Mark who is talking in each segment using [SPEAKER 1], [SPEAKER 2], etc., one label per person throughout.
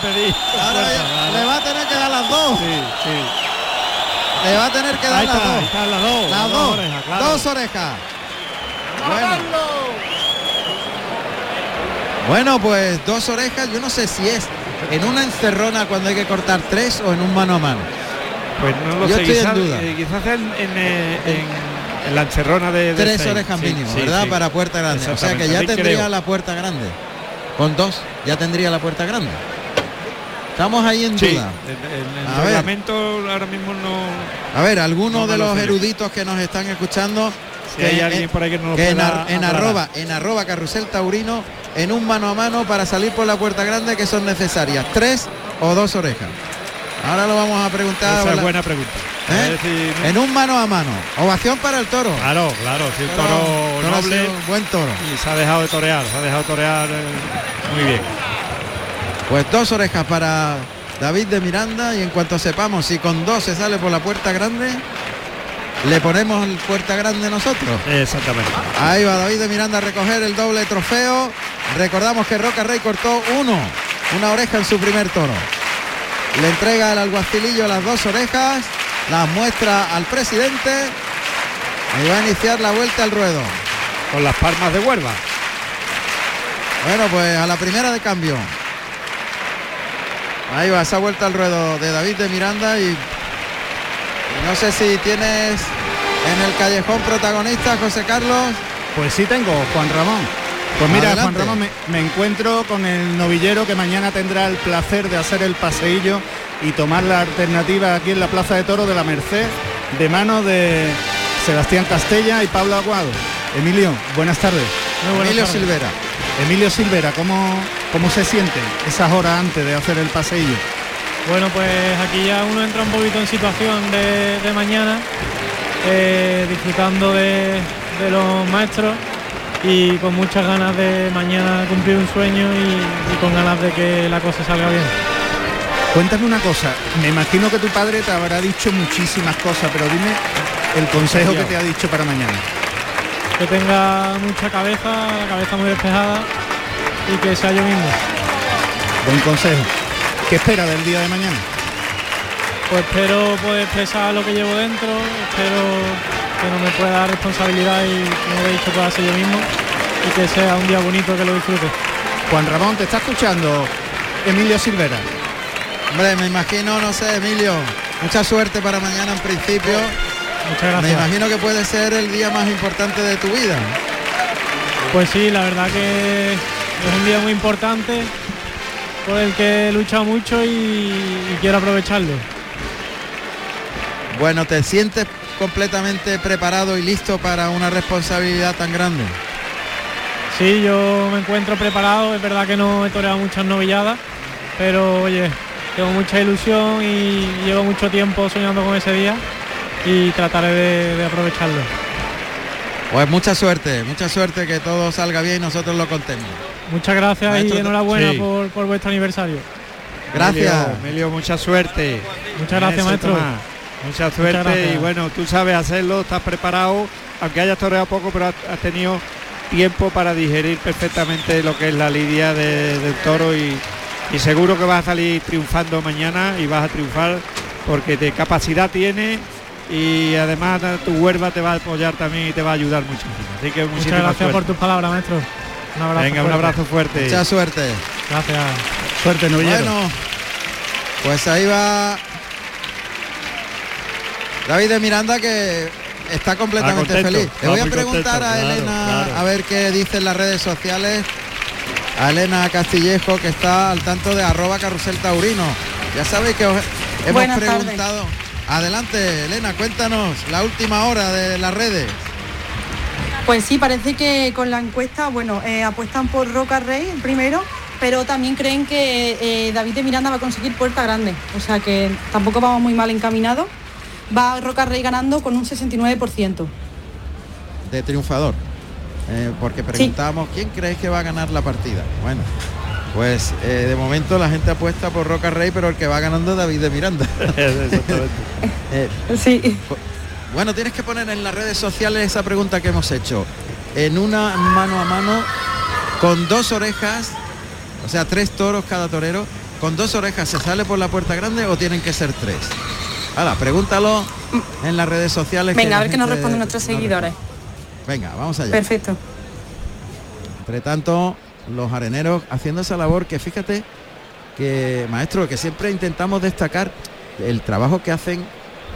[SPEAKER 1] pedir.
[SPEAKER 2] Ahora
[SPEAKER 1] fuerza,
[SPEAKER 2] ya-
[SPEAKER 1] vale.
[SPEAKER 2] le va a tener que dar las dos.
[SPEAKER 1] Sí, sí.
[SPEAKER 2] Le va a tener que dar
[SPEAKER 1] Ahí
[SPEAKER 2] las
[SPEAKER 1] está, ahí
[SPEAKER 2] dos.
[SPEAKER 1] están las dos.
[SPEAKER 2] Las dos.
[SPEAKER 1] orejas, claro.
[SPEAKER 2] Dos orejas. Bueno. Bueno, pues dos orejas, yo no sé si es en una encerrona cuando hay que cortar tres o en un mano a mano.
[SPEAKER 1] Pues no lo
[SPEAKER 2] Yo
[SPEAKER 1] sé,
[SPEAKER 2] estoy en
[SPEAKER 1] quizás,
[SPEAKER 2] duda.
[SPEAKER 1] eh, quizás en, en, eh, en- en la encerrona de, de
[SPEAKER 2] Tres
[SPEAKER 1] seis.
[SPEAKER 2] orejas
[SPEAKER 1] Sí,
[SPEAKER 2] mínimo,
[SPEAKER 1] sí,
[SPEAKER 2] ¿verdad?
[SPEAKER 1] sí.
[SPEAKER 2] Para puerta grande. O sea que
[SPEAKER 1] Exactamente.
[SPEAKER 2] ya
[SPEAKER 1] Sí,
[SPEAKER 2] tendría
[SPEAKER 1] creo.
[SPEAKER 2] la puerta grande. Con dos, ya tendría la puerta grande. Estamos ahí en
[SPEAKER 1] Sí,
[SPEAKER 2] duda.
[SPEAKER 1] en- en- en
[SPEAKER 2] A
[SPEAKER 1] el
[SPEAKER 2] ver.
[SPEAKER 1] reglamento ahora mismo no...
[SPEAKER 2] A ver, algunos
[SPEAKER 1] No me
[SPEAKER 2] de
[SPEAKER 1] lo
[SPEAKER 2] los
[SPEAKER 1] sé.
[SPEAKER 2] eruditos que nos están escuchando.
[SPEAKER 1] Si hay alguien por ahí que no lo
[SPEAKER 2] que en,
[SPEAKER 1] pueda
[SPEAKER 2] ar- en
[SPEAKER 1] aclarar.
[SPEAKER 2] arroba, en arroba carrusel taurino, en un mano a mano para salir por la puerta grande que son necesarias, tres o dos orejas. Ahora lo vamos a preguntar.
[SPEAKER 1] Esa
[SPEAKER 2] a
[SPEAKER 1] es
[SPEAKER 2] la-
[SPEAKER 1] buena pregunta.
[SPEAKER 2] ¿Eh?
[SPEAKER 1] Es decir,
[SPEAKER 2] En un mano a mano. Ovación para el toro.
[SPEAKER 1] Claro, claro, si el
[SPEAKER 2] Toro-
[SPEAKER 1] Ah, toro
[SPEAKER 2] toro ha
[SPEAKER 1] noble
[SPEAKER 2] sido un buen toro.
[SPEAKER 1] y se ha dejado de torear, se ha dejado torear eh, muy bien.
[SPEAKER 2] Pues dos orejas para David de Miranda y en cuanto sepamos si con dos se sale por la puerta grande, le ponemos el puerta grande nosotros.
[SPEAKER 1] Exactamente.
[SPEAKER 2] Ahí va David de Miranda a recoger el doble trofeo. Recordamos que Roca Rey cortó uno, una oreja en su primer toro. Le entrega el alguacilillo las dos orejas, las muestra al presidente y va a iniciar la vuelta al ruedo.
[SPEAKER 1] Con las palmas de Huelva.
[SPEAKER 2] Bueno, pues a la primera de cambio. Ahí va esa vuelta al ruedo de David de Miranda y y no sé si tienes en el callejón protagonista José Carlos.
[SPEAKER 3] Pues sí tengo, Juan Ramón. Pues mira,
[SPEAKER 2] Adelante.
[SPEAKER 3] Juan Ramón, me, me encuentro con el novillero que mañana tendrá el placer de hacer el paseillo y tomar la alternativa aquí en la Plaza de Toro de la Merced, de mano de Sebastián Castella y Pablo Aguado. Emilio, buenas tardes.
[SPEAKER 1] buenas
[SPEAKER 2] Emilio
[SPEAKER 1] tardes.
[SPEAKER 2] Silvera.
[SPEAKER 3] Emilio Silvera, ¿cómo, ¿cómo se sienten esas horas antes de hacer el paseillo?
[SPEAKER 4] Bueno, pues aquí ya uno entra un poquito en situación de, de mañana, eh, disfrutando de, de los maestros y con muchas ganas de mañana cumplir un sueño y, y con ganas de que la cosa salga bien.
[SPEAKER 3] Cuéntame una cosa, me imagino que tu padre te habrá dicho muchísimas cosas, pero dime el consejo que te ha dicho para mañana.
[SPEAKER 4] Que tenga mucha cabeza, la cabeza muy despejada y que sea yo mismo.
[SPEAKER 3] Buen consejo. ¿Qué espera del día de mañana?
[SPEAKER 4] Pues espero poder expresar lo que llevo dentro, espero que no me pueda dar responsabilidad y como he dicho pueda ser yo mismo y que sea un día bonito que lo disfrute.
[SPEAKER 3] Juan Ramón, te está escuchando Emilio Silvera.
[SPEAKER 2] Hombre, me imagino, no sé, Emilio, mucha suerte para mañana en principio.
[SPEAKER 4] Muchas
[SPEAKER 2] Me
[SPEAKER 4] gracias.
[SPEAKER 2] imagino que puede ser el día más importante de tu vida.
[SPEAKER 4] Pues sí, la verdad que es un día muy importante por el que he luchado mucho y, y quiero aprovecharlo.
[SPEAKER 2] Bueno, ¿te sientes completamente preparado y listo para una responsabilidad tan grande?
[SPEAKER 4] Sí, yo me encuentro preparado, es verdad que no he toreado muchas novilladas, pero oye, tengo mucha ilusión y llevo mucho tiempo soñando con ese día y trataré de- de aprovecharlo.
[SPEAKER 2] Pues mucha suerte, mucha suerte que todo salga bien y nosotros lo contemos.
[SPEAKER 4] Muchas gracias
[SPEAKER 2] Maestro,
[SPEAKER 4] y enhorabuena
[SPEAKER 1] sí.
[SPEAKER 4] por, por vuestro aniversario.
[SPEAKER 2] Gracias.
[SPEAKER 1] Emilio, Emilio, mucha suerte.
[SPEAKER 4] Muchas gracias,
[SPEAKER 1] Eso,
[SPEAKER 4] maestro.
[SPEAKER 1] Tomás. Mucha suerte
[SPEAKER 4] gracias.
[SPEAKER 1] y bueno, tú sabes hacerlo, estás preparado, aunque hayas toreado poco, pero has, has tenido tiempo para digerir perfectamente lo que es la lidia de- del toro y, y seguro que vas a salir triunfando mañana y vas a triunfar porque de capacidad tiene y además eh, tu huerva te va a apoyar también y te va a ayudar muchísimo. Así que
[SPEAKER 4] Muchas
[SPEAKER 1] muchísimas
[SPEAKER 4] gracias por
[SPEAKER 1] gracias
[SPEAKER 4] tus palabras, maestro. Un abrazo.
[SPEAKER 1] Venga, un
[SPEAKER 4] fuerte.
[SPEAKER 1] abrazo fuerte.
[SPEAKER 2] Mucha suerte.
[SPEAKER 4] Gracias.
[SPEAKER 3] Suerte, novillero.
[SPEAKER 2] Bueno, pues ahí va David de Miranda que está completamente
[SPEAKER 1] Ah, contento.
[SPEAKER 2] feliz. Le
[SPEAKER 1] Ah,
[SPEAKER 2] voy a
[SPEAKER 1] muy contento,
[SPEAKER 2] preguntar a
[SPEAKER 1] claro,
[SPEAKER 2] Elena
[SPEAKER 1] claro.
[SPEAKER 2] a ver qué dicen las redes sociales. A Elena Castillejo que está al tanto de arroba carrusel taurino. Ya sabéis que os hemos
[SPEAKER 5] Buenas tardes.
[SPEAKER 2] preguntado. Adelante, Elena, cuéntanos la última hora de las redes.
[SPEAKER 5] Pues sí, parece que con la encuesta, bueno, eh, apuestan por Roca Rey el primero, pero también creen que eh, David de Miranda va a conseguir puerta grande. O sea que tampoco vamos muy mal encaminados. Va Roca Rey ganando con un 69%.
[SPEAKER 2] de triunfador. Eh, porque preguntábamos quién crees que va a ganar la partida. Bueno, pues eh, de momento la gente apuesta por Roca Rey, pero el que va ganando es David de Miranda.
[SPEAKER 1] Exactamente.
[SPEAKER 2] Eh,
[SPEAKER 5] Sí.
[SPEAKER 2] bueno, tienes que poner en las redes sociales esa pregunta que hemos hecho. En una mano a mano, con dos orejas, o sea, tres toros cada torero, ¿Con dos orejas se sale por la puerta grande o tienen que ser tres? Ahora, pregúntalo en las redes sociales.
[SPEAKER 5] Venga,
[SPEAKER 2] la
[SPEAKER 5] a ver qué nos
[SPEAKER 2] gente
[SPEAKER 5] responden nuestros
[SPEAKER 2] nos
[SPEAKER 5] seguidores.
[SPEAKER 2] responde. Venga, vamos allá.
[SPEAKER 5] Perfecto.
[SPEAKER 2] Entre tanto, los areneros haciendo esa labor que fíjate que, maestro, que siempre intentamos destacar el trabajo que hacen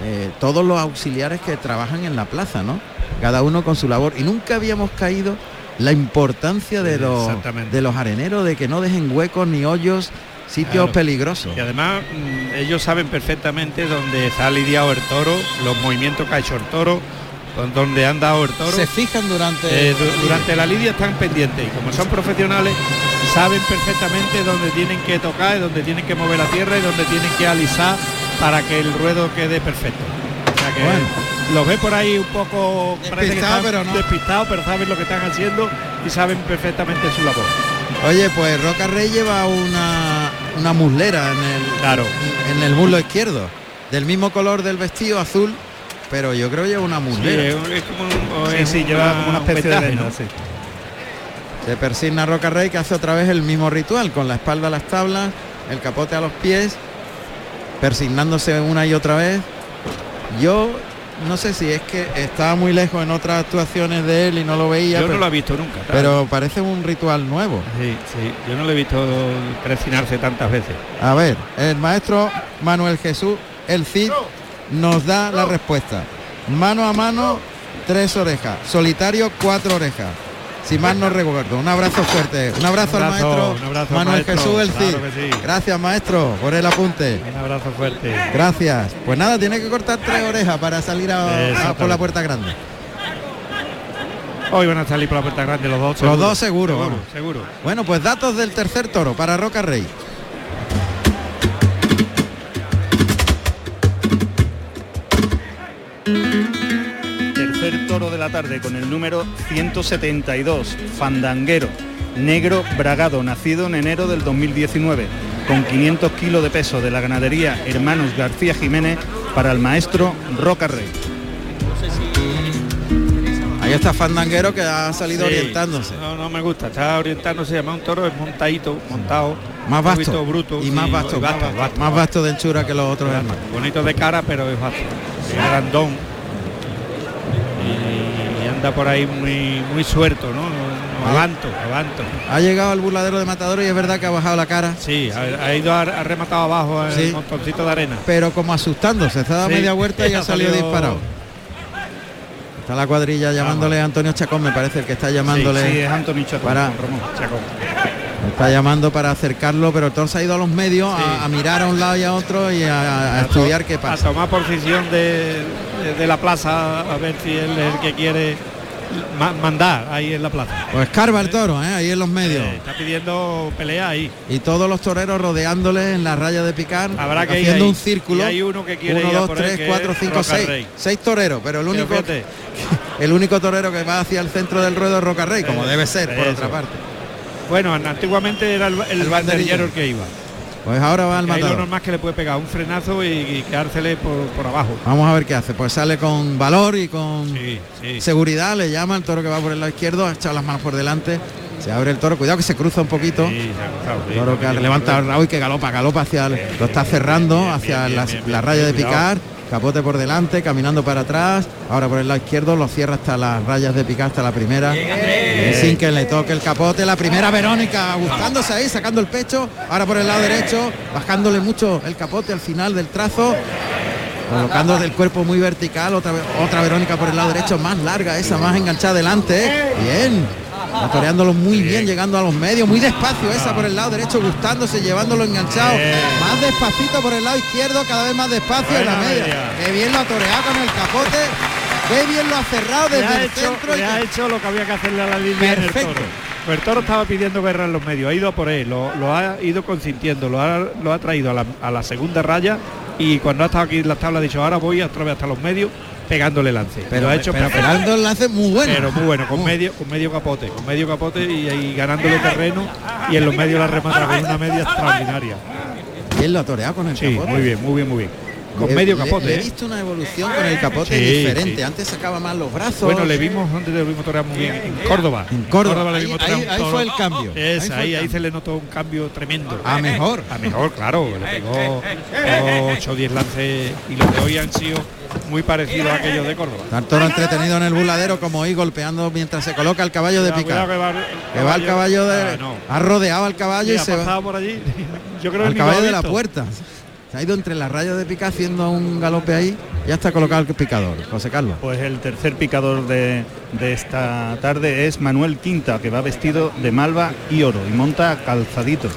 [SPEAKER 2] eh, todos los auxiliares que trabajan en la plaza, ¿no? Cada uno con su labor. Y nunca habíamos caído la importancia de
[SPEAKER 1] Sí,
[SPEAKER 2] los,
[SPEAKER 1] exactamente.
[SPEAKER 2] de los areneros, de que no dejen huecos ni hoyos, sitios
[SPEAKER 1] Claro.
[SPEAKER 2] peligrosos.
[SPEAKER 1] Y además mm, ellos saben perfectamente dónde se ha lidiado el toro, los movimientos que ha hecho el toro, con- dónde han dado el toro.
[SPEAKER 6] Se fijan durante...
[SPEAKER 1] Eh, du- durante la lidia están pendientes y como son profesionales saben perfectamente dónde tienen que tocar, y dónde tienen que mover la tierra y dónde tienen que alisar para que el ruedo quede perfecto. O sea que
[SPEAKER 2] Bueno.
[SPEAKER 1] los ve por ahí un poco parece que
[SPEAKER 6] Despistado,
[SPEAKER 1] están
[SPEAKER 6] pero no.
[SPEAKER 1] despistados, pero saben lo que están haciendo y saben perfectamente su labor.
[SPEAKER 2] Oye, pues Roca Rey lleva una, una muslera en el,
[SPEAKER 1] Claro.
[SPEAKER 2] en el muslo izquierdo, del mismo color del vestido azul, pero yo creo que lleva una
[SPEAKER 1] Sí, eh.
[SPEAKER 2] muslera.
[SPEAKER 1] es es como un- o
[SPEAKER 3] Sí,
[SPEAKER 1] es
[SPEAKER 3] lleva como una
[SPEAKER 1] un
[SPEAKER 3] especie de
[SPEAKER 1] vendaje,
[SPEAKER 3] venda,
[SPEAKER 1] ¿no?
[SPEAKER 3] sí.
[SPEAKER 2] Se persigna Roca Rey que hace otra vez el mismo ritual, con la espalda a las tablas, el capote a los pies, persignándose una y otra vez. Yo no sé si es que estaba muy lejos en otras actuaciones de él y no lo veía,
[SPEAKER 1] Yo no
[SPEAKER 2] pero,
[SPEAKER 1] lo he visto nunca. claro.
[SPEAKER 2] pero parece un ritual nuevo.
[SPEAKER 1] Sí, sí, yo no lo he visto crecinarse tantas veces.
[SPEAKER 2] A ver, el maestro Manuel Jesús, el Cid, nos da la respuesta. Mano a mano, tres orejas. Solitario, cuatro orejas. Si más no recuerdo. Un abrazo fuerte. Un abrazo,
[SPEAKER 1] Un abrazo,
[SPEAKER 2] al maestro
[SPEAKER 1] un abrazo,
[SPEAKER 2] Manuel
[SPEAKER 1] maestro.
[SPEAKER 2] Jesús, el Cid.
[SPEAKER 1] Claro que sí.
[SPEAKER 2] Gracias, maestro, por el apunte.
[SPEAKER 1] Un abrazo fuerte.
[SPEAKER 2] Gracias. Pues nada, tiene que cortar tres orejas para salir a- a- por la
[SPEAKER 1] Exactamente.
[SPEAKER 2] puerta grande.
[SPEAKER 1] Hoy van a salir por la puerta grande los dos.
[SPEAKER 2] Los dos seguro,
[SPEAKER 1] seguro,
[SPEAKER 2] vamos.
[SPEAKER 1] seguro.
[SPEAKER 2] Bueno, pues datos del tercer toro para Roca Rey.
[SPEAKER 3] Tercer toro de la tarde con el número 172, Fandanguero, negro bragado, nacido en enero del 2019, con 500 kilos de peso de la ganadería Hermanos García Jiménez para el maestro Roca Rey.
[SPEAKER 2] Ahí está Fandanguero que ha salido
[SPEAKER 1] Sí.
[SPEAKER 2] orientándose.
[SPEAKER 1] No, no me gusta. Está orientándose. Además, un toro es montadito, montado.
[SPEAKER 2] Más
[SPEAKER 1] un
[SPEAKER 2] vasto.
[SPEAKER 1] poquito bruto.
[SPEAKER 2] y más vasto.
[SPEAKER 1] vasto, vasto.
[SPEAKER 2] Más vasto de anchura que los otros hermanos.
[SPEAKER 1] Bonito de cara, pero es vasto. Es grandón. Y, anda por ahí muy, muy suelto, ¿no? No, Avanto, avanto.
[SPEAKER 2] Ha llegado al burladero de Matador y es verdad que ha bajado la cara,
[SPEAKER 1] Sí, ha, ha ido, a- ha rematado abajo el
[SPEAKER 2] Sí.
[SPEAKER 1] montoncito de arena.
[SPEAKER 2] pero como asustándose, se ha dado
[SPEAKER 1] Sí,
[SPEAKER 2] media vuelta y
[SPEAKER 1] ha
[SPEAKER 2] ha salido
[SPEAKER 1] salido-
[SPEAKER 2] disparado. Está la cuadrilla llamándole a Antonio Chacón, me parece el que está llamándole.
[SPEAKER 3] Sí, es Antonio Chacón,
[SPEAKER 2] Para-
[SPEAKER 3] Ramón.
[SPEAKER 1] Chacón.
[SPEAKER 2] Está llamando para acercarlo, pero el toro se ha ido a los medios a, a mirar a un lado y a otro y a, a estudiar qué
[SPEAKER 1] a
[SPEAKER 2] pasa.
[SPEAKER 1] tomar posición de, de- de la plaza a ver si él es el que quiere ma- mandar ahí en la plaza.
[SPEAKER 2] Pues carva el toro, ¿eh? ahí en los medios.
[SPEAKER 1] Eh, está pidiendo pelea ahí.
[SPEAKER 2] Y todos los toreros rodeándole en la raya de picar,
[SPEAKER 1] Habrá que ir
[SPEAKER 2] haciendo
[SPEAKER 1] ahí.
[SPEAKER 2] un círculo.
[SPEAKER 1] Y hay uno que quiere
[SPEAKER 2] Uno,
[SPEAKER 1] ir a
[SPEAKER 2] dos,
[SPEAKER 1] por él,
[SPEAKER 2] tres,
[SPEAKER 1] que
[SPEAKER 2] cuatro,
[SPEAKER 1] es
[SPEAKER 2] cinco,
[SPEAKER 1] Roca
[SPEAKER 2] seis.
[SPEAKER 1] Rey.
[SPEAKER 2] Seis toreros, pero el
[SPEAKER 1] Pero
[SPEAKER 2] único
[SPEAKER 1] fíjate,
[SPEAKER 2] el único torero que va hacia el centro del ruedo es Roca Rey, como
[SPEAKER 1] Eso,
[SPEAKER 2] debe ser, por
[SPEAKER 1] Eh, eso.
[SPEAKER 2] otra parte.
[SPEAKER 1] bueno, an- antiguamente era el, el
[SPEAKER 2] El banderillero.
[SPEAKER 1] banderillero el que iba.
[SPEAKER 2] Pues ahora va al
[SPEAKER 1] Hay lo
[SPEAKER 2] matador.
[SPEAKER 1] normal que le puede pegar un frenazo y, y quedársele por, por abajo.
[SPEAKER 2] Vamos a ver qué hace. Pues sale con valor y con
[SPEAKER 1] Sí, sí.
[SPEAKER 2] seguridad, le llama el toro que va por el lado izquierdo, ha echado las manos por delante, se abre el toro, cuidado que se cruza un poquito.
[SPEAKER 1] Sí, se ha cruzado, sí.
[SPEAKER 2] El toro que levanta el rabo y que galopa, galopa hacia el- lo está cerrando
[SPEAKER 1] bien,
[SPEAKER 2] hacia
[SPEAKER 1] bien,
[SPEAKER 2] la,
[SPEAKER 1] bien,
[SPEAKER 2] la
[SPEAKER 1] bien,
[SPEAKER 2] raya de
[SPEAKER 1] bien, cuidado.
[SPEAKER 2] picar, capote por delante, caminando para atrás, ahora por el lado izquierdo lo cierra hasta las rayas de picar, hasta la primera, eh, sin que le toque el capote, la primera Verónica buscándose ahí, sacando el pecho, ahora por el lado derecho, bajándole mucho el capote al final del trazo. Colocando del cuerpo muy vertical, otra, ve- otra Verónica por el lado derecho, más larga esa, más enganchada adelante. ¿eh? Bien, toreándolo muy bien, llegando a los medios, muy despacio esa por el lado derecho, gustándose, llevándolo enganchado. Más despacito por el lado izquierdo, cada vez más despacio en la
[SPEAKER 1] Buena
[SPEAKER 2] media.
[SPEAKER 1] media.
[SPEAKER 2] Qué bien lo ha toreado con el capote, qué bien lo ha cerrado
[SPEAKER 1] Le
[SPEAKER 2] desde
[SPEAKER 1] ha,
[SPEAKER 2] el
[SPEAKER 1] hecho,
[SPEAKER 2] centro. y
[SPEAKER 1] le
[SPEAKER 2] que-
[SPEAKER 1] ha hecho lo que había que hacerle a la línea en el
[SPEAKER 2] Perfecto.
[SPEAKER 1] toro. Pues el toro estaba pidiendo guerra en los medios, ha ido a por él, lo, lo ha ido consintiendo, lo ha, lo ha traído a la, a la segunda raya y cuando ha estado aquí en la tabla ha dicho, ahora voy otra vez hasta los medios pegándole lance.
[SPEAKER 2] pero,
[SPEAKER 1] lo ha hecho
[SPEAKER 2] pero
[SPEAKER 1] perfecto.
[SPEAKER 2] pegando el lance muy bueno.
[SPEAKER 1] Pero muy bueno, con
[SPEAKER 2] Muy-
[SPEAKER 1] medio, con medio capote, con medio capote y, ahí ganándole terreno y en los medios la remata con una media extraordinaria.
[SPEAKER 2] Bien lo ha toreado con el
[SPEAKER 1] Sí,
[SPEAKER 2] capote.
[SPEAKER 1] muy bien, muy bien, muy bien. con
[SPEAKER 2] Le-
[SPEAKER 1] medio
[SPEAKER 2] le-
[SPEAKER 1] capote.
[SPEAKER 2] le
[SPEAKER 1] ¿eh?
[SPEAKER 2] he visto una evolución con el capote
[SPEAKER 1] Sí,
[SPEAKER 2] diferente.
[SPEAKER 1] sí.
[SPEAKER 2] Antes sacaba más los brazos.
[SPEAKER 1] Bueno, le vimos, ¿dónde le vimos torear muy bien? En Córdoba.
[SPEAKER 2] En Córdoba.
[SPEAKER 1] le
[SPEAKER 2] Ahí-
[SPEAKER 1] vimos
[SPEAKER 2] ahí-
[SPEAKER 1] un
[SPEAKER 2] ahí
[SPEAKER 1] toro-
[SPEAKER 2] fue el cambio.
[SPEAKER 1] Es,
[SPEAKER 2] Ahí fue el
[SPEAKER 1] ahí, ahí
[SPEAKER 2] cambio.
[SPEAKER 1] se le notó un cambio tremendo. Eh,
[SPEAKER 2] A mejor.
[SPEAKER 1] A mejor, claro. Le pegó, pegó 8 o 10 lances y los de hoy han sido muy parecidos a aquellos de Córdoba.
[SPEAKER 2] Está el toro entretenido en el burladero como hoy golpeando mientras se coloca el caballo de
[SPEAKER 1] Ah, Cuidado,
[SPEAKER 2] picar.
[SPEAKER 1] que va,
[SPEAKER 2] Que va el caballo de...
[SPEAKER 1] Ah, no.
[SPEAKER 2] Ha rodeado al caballo y
[SPEAKER 1] Mira, ha
[SPEAKER 2] se va
[SPEAKER 1] pasado por allí. Yo creo que
[SPEAKER 2] al
[SPEAKER 1] ni lo
[SPEAKER 2] caballo
[SPEAKER 1] ha
[SPEAKER 2] de la
[SPEAKER 1] visto.
[SPEAKER 2] puerta. Se ha ido entre las rayas de picar haciendo un galope ahí. Ya está colocado el picador, José Carlos.
[SPEAKER 3] Pues el tercer picador de, de esta tarde es Manuel Quinta, que va vestido de malva y oro y monta calzadito.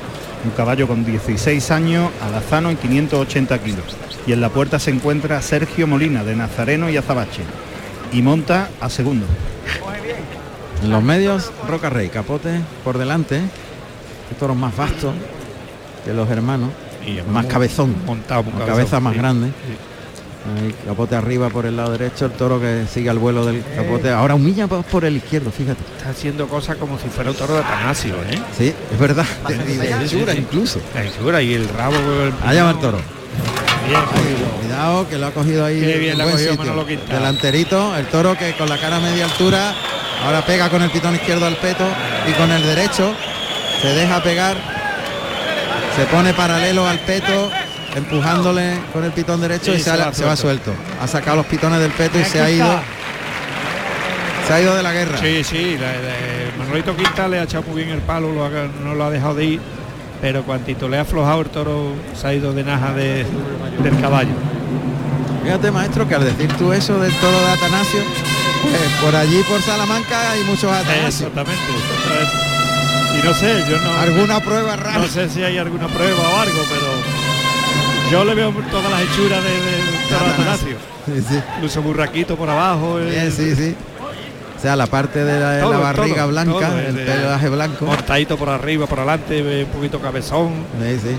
[SPEAKER 3] Un caballo con 16 años, alazano en 580 kilos. Y en la puerta se encuentra Sergio Molina, de Nazareno y Azabache. Y monta a segundo.
[SPEAKER 2] En los medios, Roca Rey, Capote por delante. Que toros más vastos que los hermanos.
[SPEAKER 1] Y además
[SPEAKER 2] Más
[SPEAKER 1] mon-
[SPEAKER 2] cabezón.
[SPEAKER 1] Montado, con
[SPEAKER 2] Con
[SPEAKER 1] cabezón,
[SPEAKER 2] cabeza más
[SPEAKER 1] sí.
[SPEAKER 2] grande.
[SPEAKER 1] sí.
[SPEAKER 2] Ahí, capote arriba por el lado derecho, el toro que sigue al vuelo del capote. Ahora humilla por- por el izquierdo, fíjate.
[SPEAKER 1] Está haciendo cosas como si fuera un toro de Atanasio, ¿eh?
[SPEAKER 2] Sí, es verdad. De, de- de altura incluso.
[SPEAKER 1] La hechura y el rabo. el-
[SPEAKER 2] Allá va el toro.
[SPEAKER 1] Bien, cogido.
[SPEAKER 2] Cuidado que lo ha cogido ahí.
[SPEAKER 1] Qué bien
[SPEAKER 2] en
[SPEAKER 1] lo ha
[SPEAKER 2] buen
[SPEAKER 1] cogido
[SPEAKER 2] sitio.
[SPEAKER 1] Manolo Quintana.
[SPEAKER 2] Delanterito, el toro que con la cara a media altura, ahora pega con el pitón izquierdo al peto y con el derecho se deja pegar, se pone paralelo al peto, empujándole con el pitón derecho
[SPEAKER 1] Y
[SPEAKER 2] y,
[SPEAKER 1] se
[SPEAKER 2] se, ha-
[SPEAKER 1] va
[SPEAKER 2] se va suelto. Ha sacado los pitones del peto y
[SPEAKER 1] Aquí
[SPEAKER 2] se ha
[SPEAKER 1] está.
[SPEAKER 2] ido. Se ha ido de la guerra.
[SPEAKER 1] Sí, sí, la- la- Manolito Quinta le ha echado muy bien el palo, lo ha- no lo ha dejado de ir, pero cuantito le ha aflojado el toro, se ha ido de naja de- del caballo.
[SPEAKER 2] Fíjate, maestro, que al decir tú eso del toro de Atanasio, pues, por allí, por Salamanca, hay muchos Atanasios.
[SPEAKER 1] Exactamente. Y no sé, yo no,
[SPEAKER 2] Alguna prueba rara.
[SPEAKER 1] no sé si hay alguna prueba o algo, pero yo le veo todas las hechuras de, de toro
[SPEAKER 2] Atanasio.
[SPEAKER 1] Atanasio.
[SPEAKER 2] Sí, sí.
[SPEAKER 1] Incluso burraquito por abajo, eh, el
[SPEAKER 2] Bien, sí, sí. O sea, la parte de la, la
[SPEAKER 1] Todo,
[SPEAKER 2] barriga
[SPEAKER 1] todo,
[SPEAKER 2] blanca,
[SPEAKER 1] todo,
[SPEAKER 2] el
[SPEAKER 1] eh,
[SPEAKER 2] pelaje blanco.
[SPEAKER 1] cortadito por arriba, por adelante, eh, un poquito cabezón.
[SPEAKER 2] Sí, sí.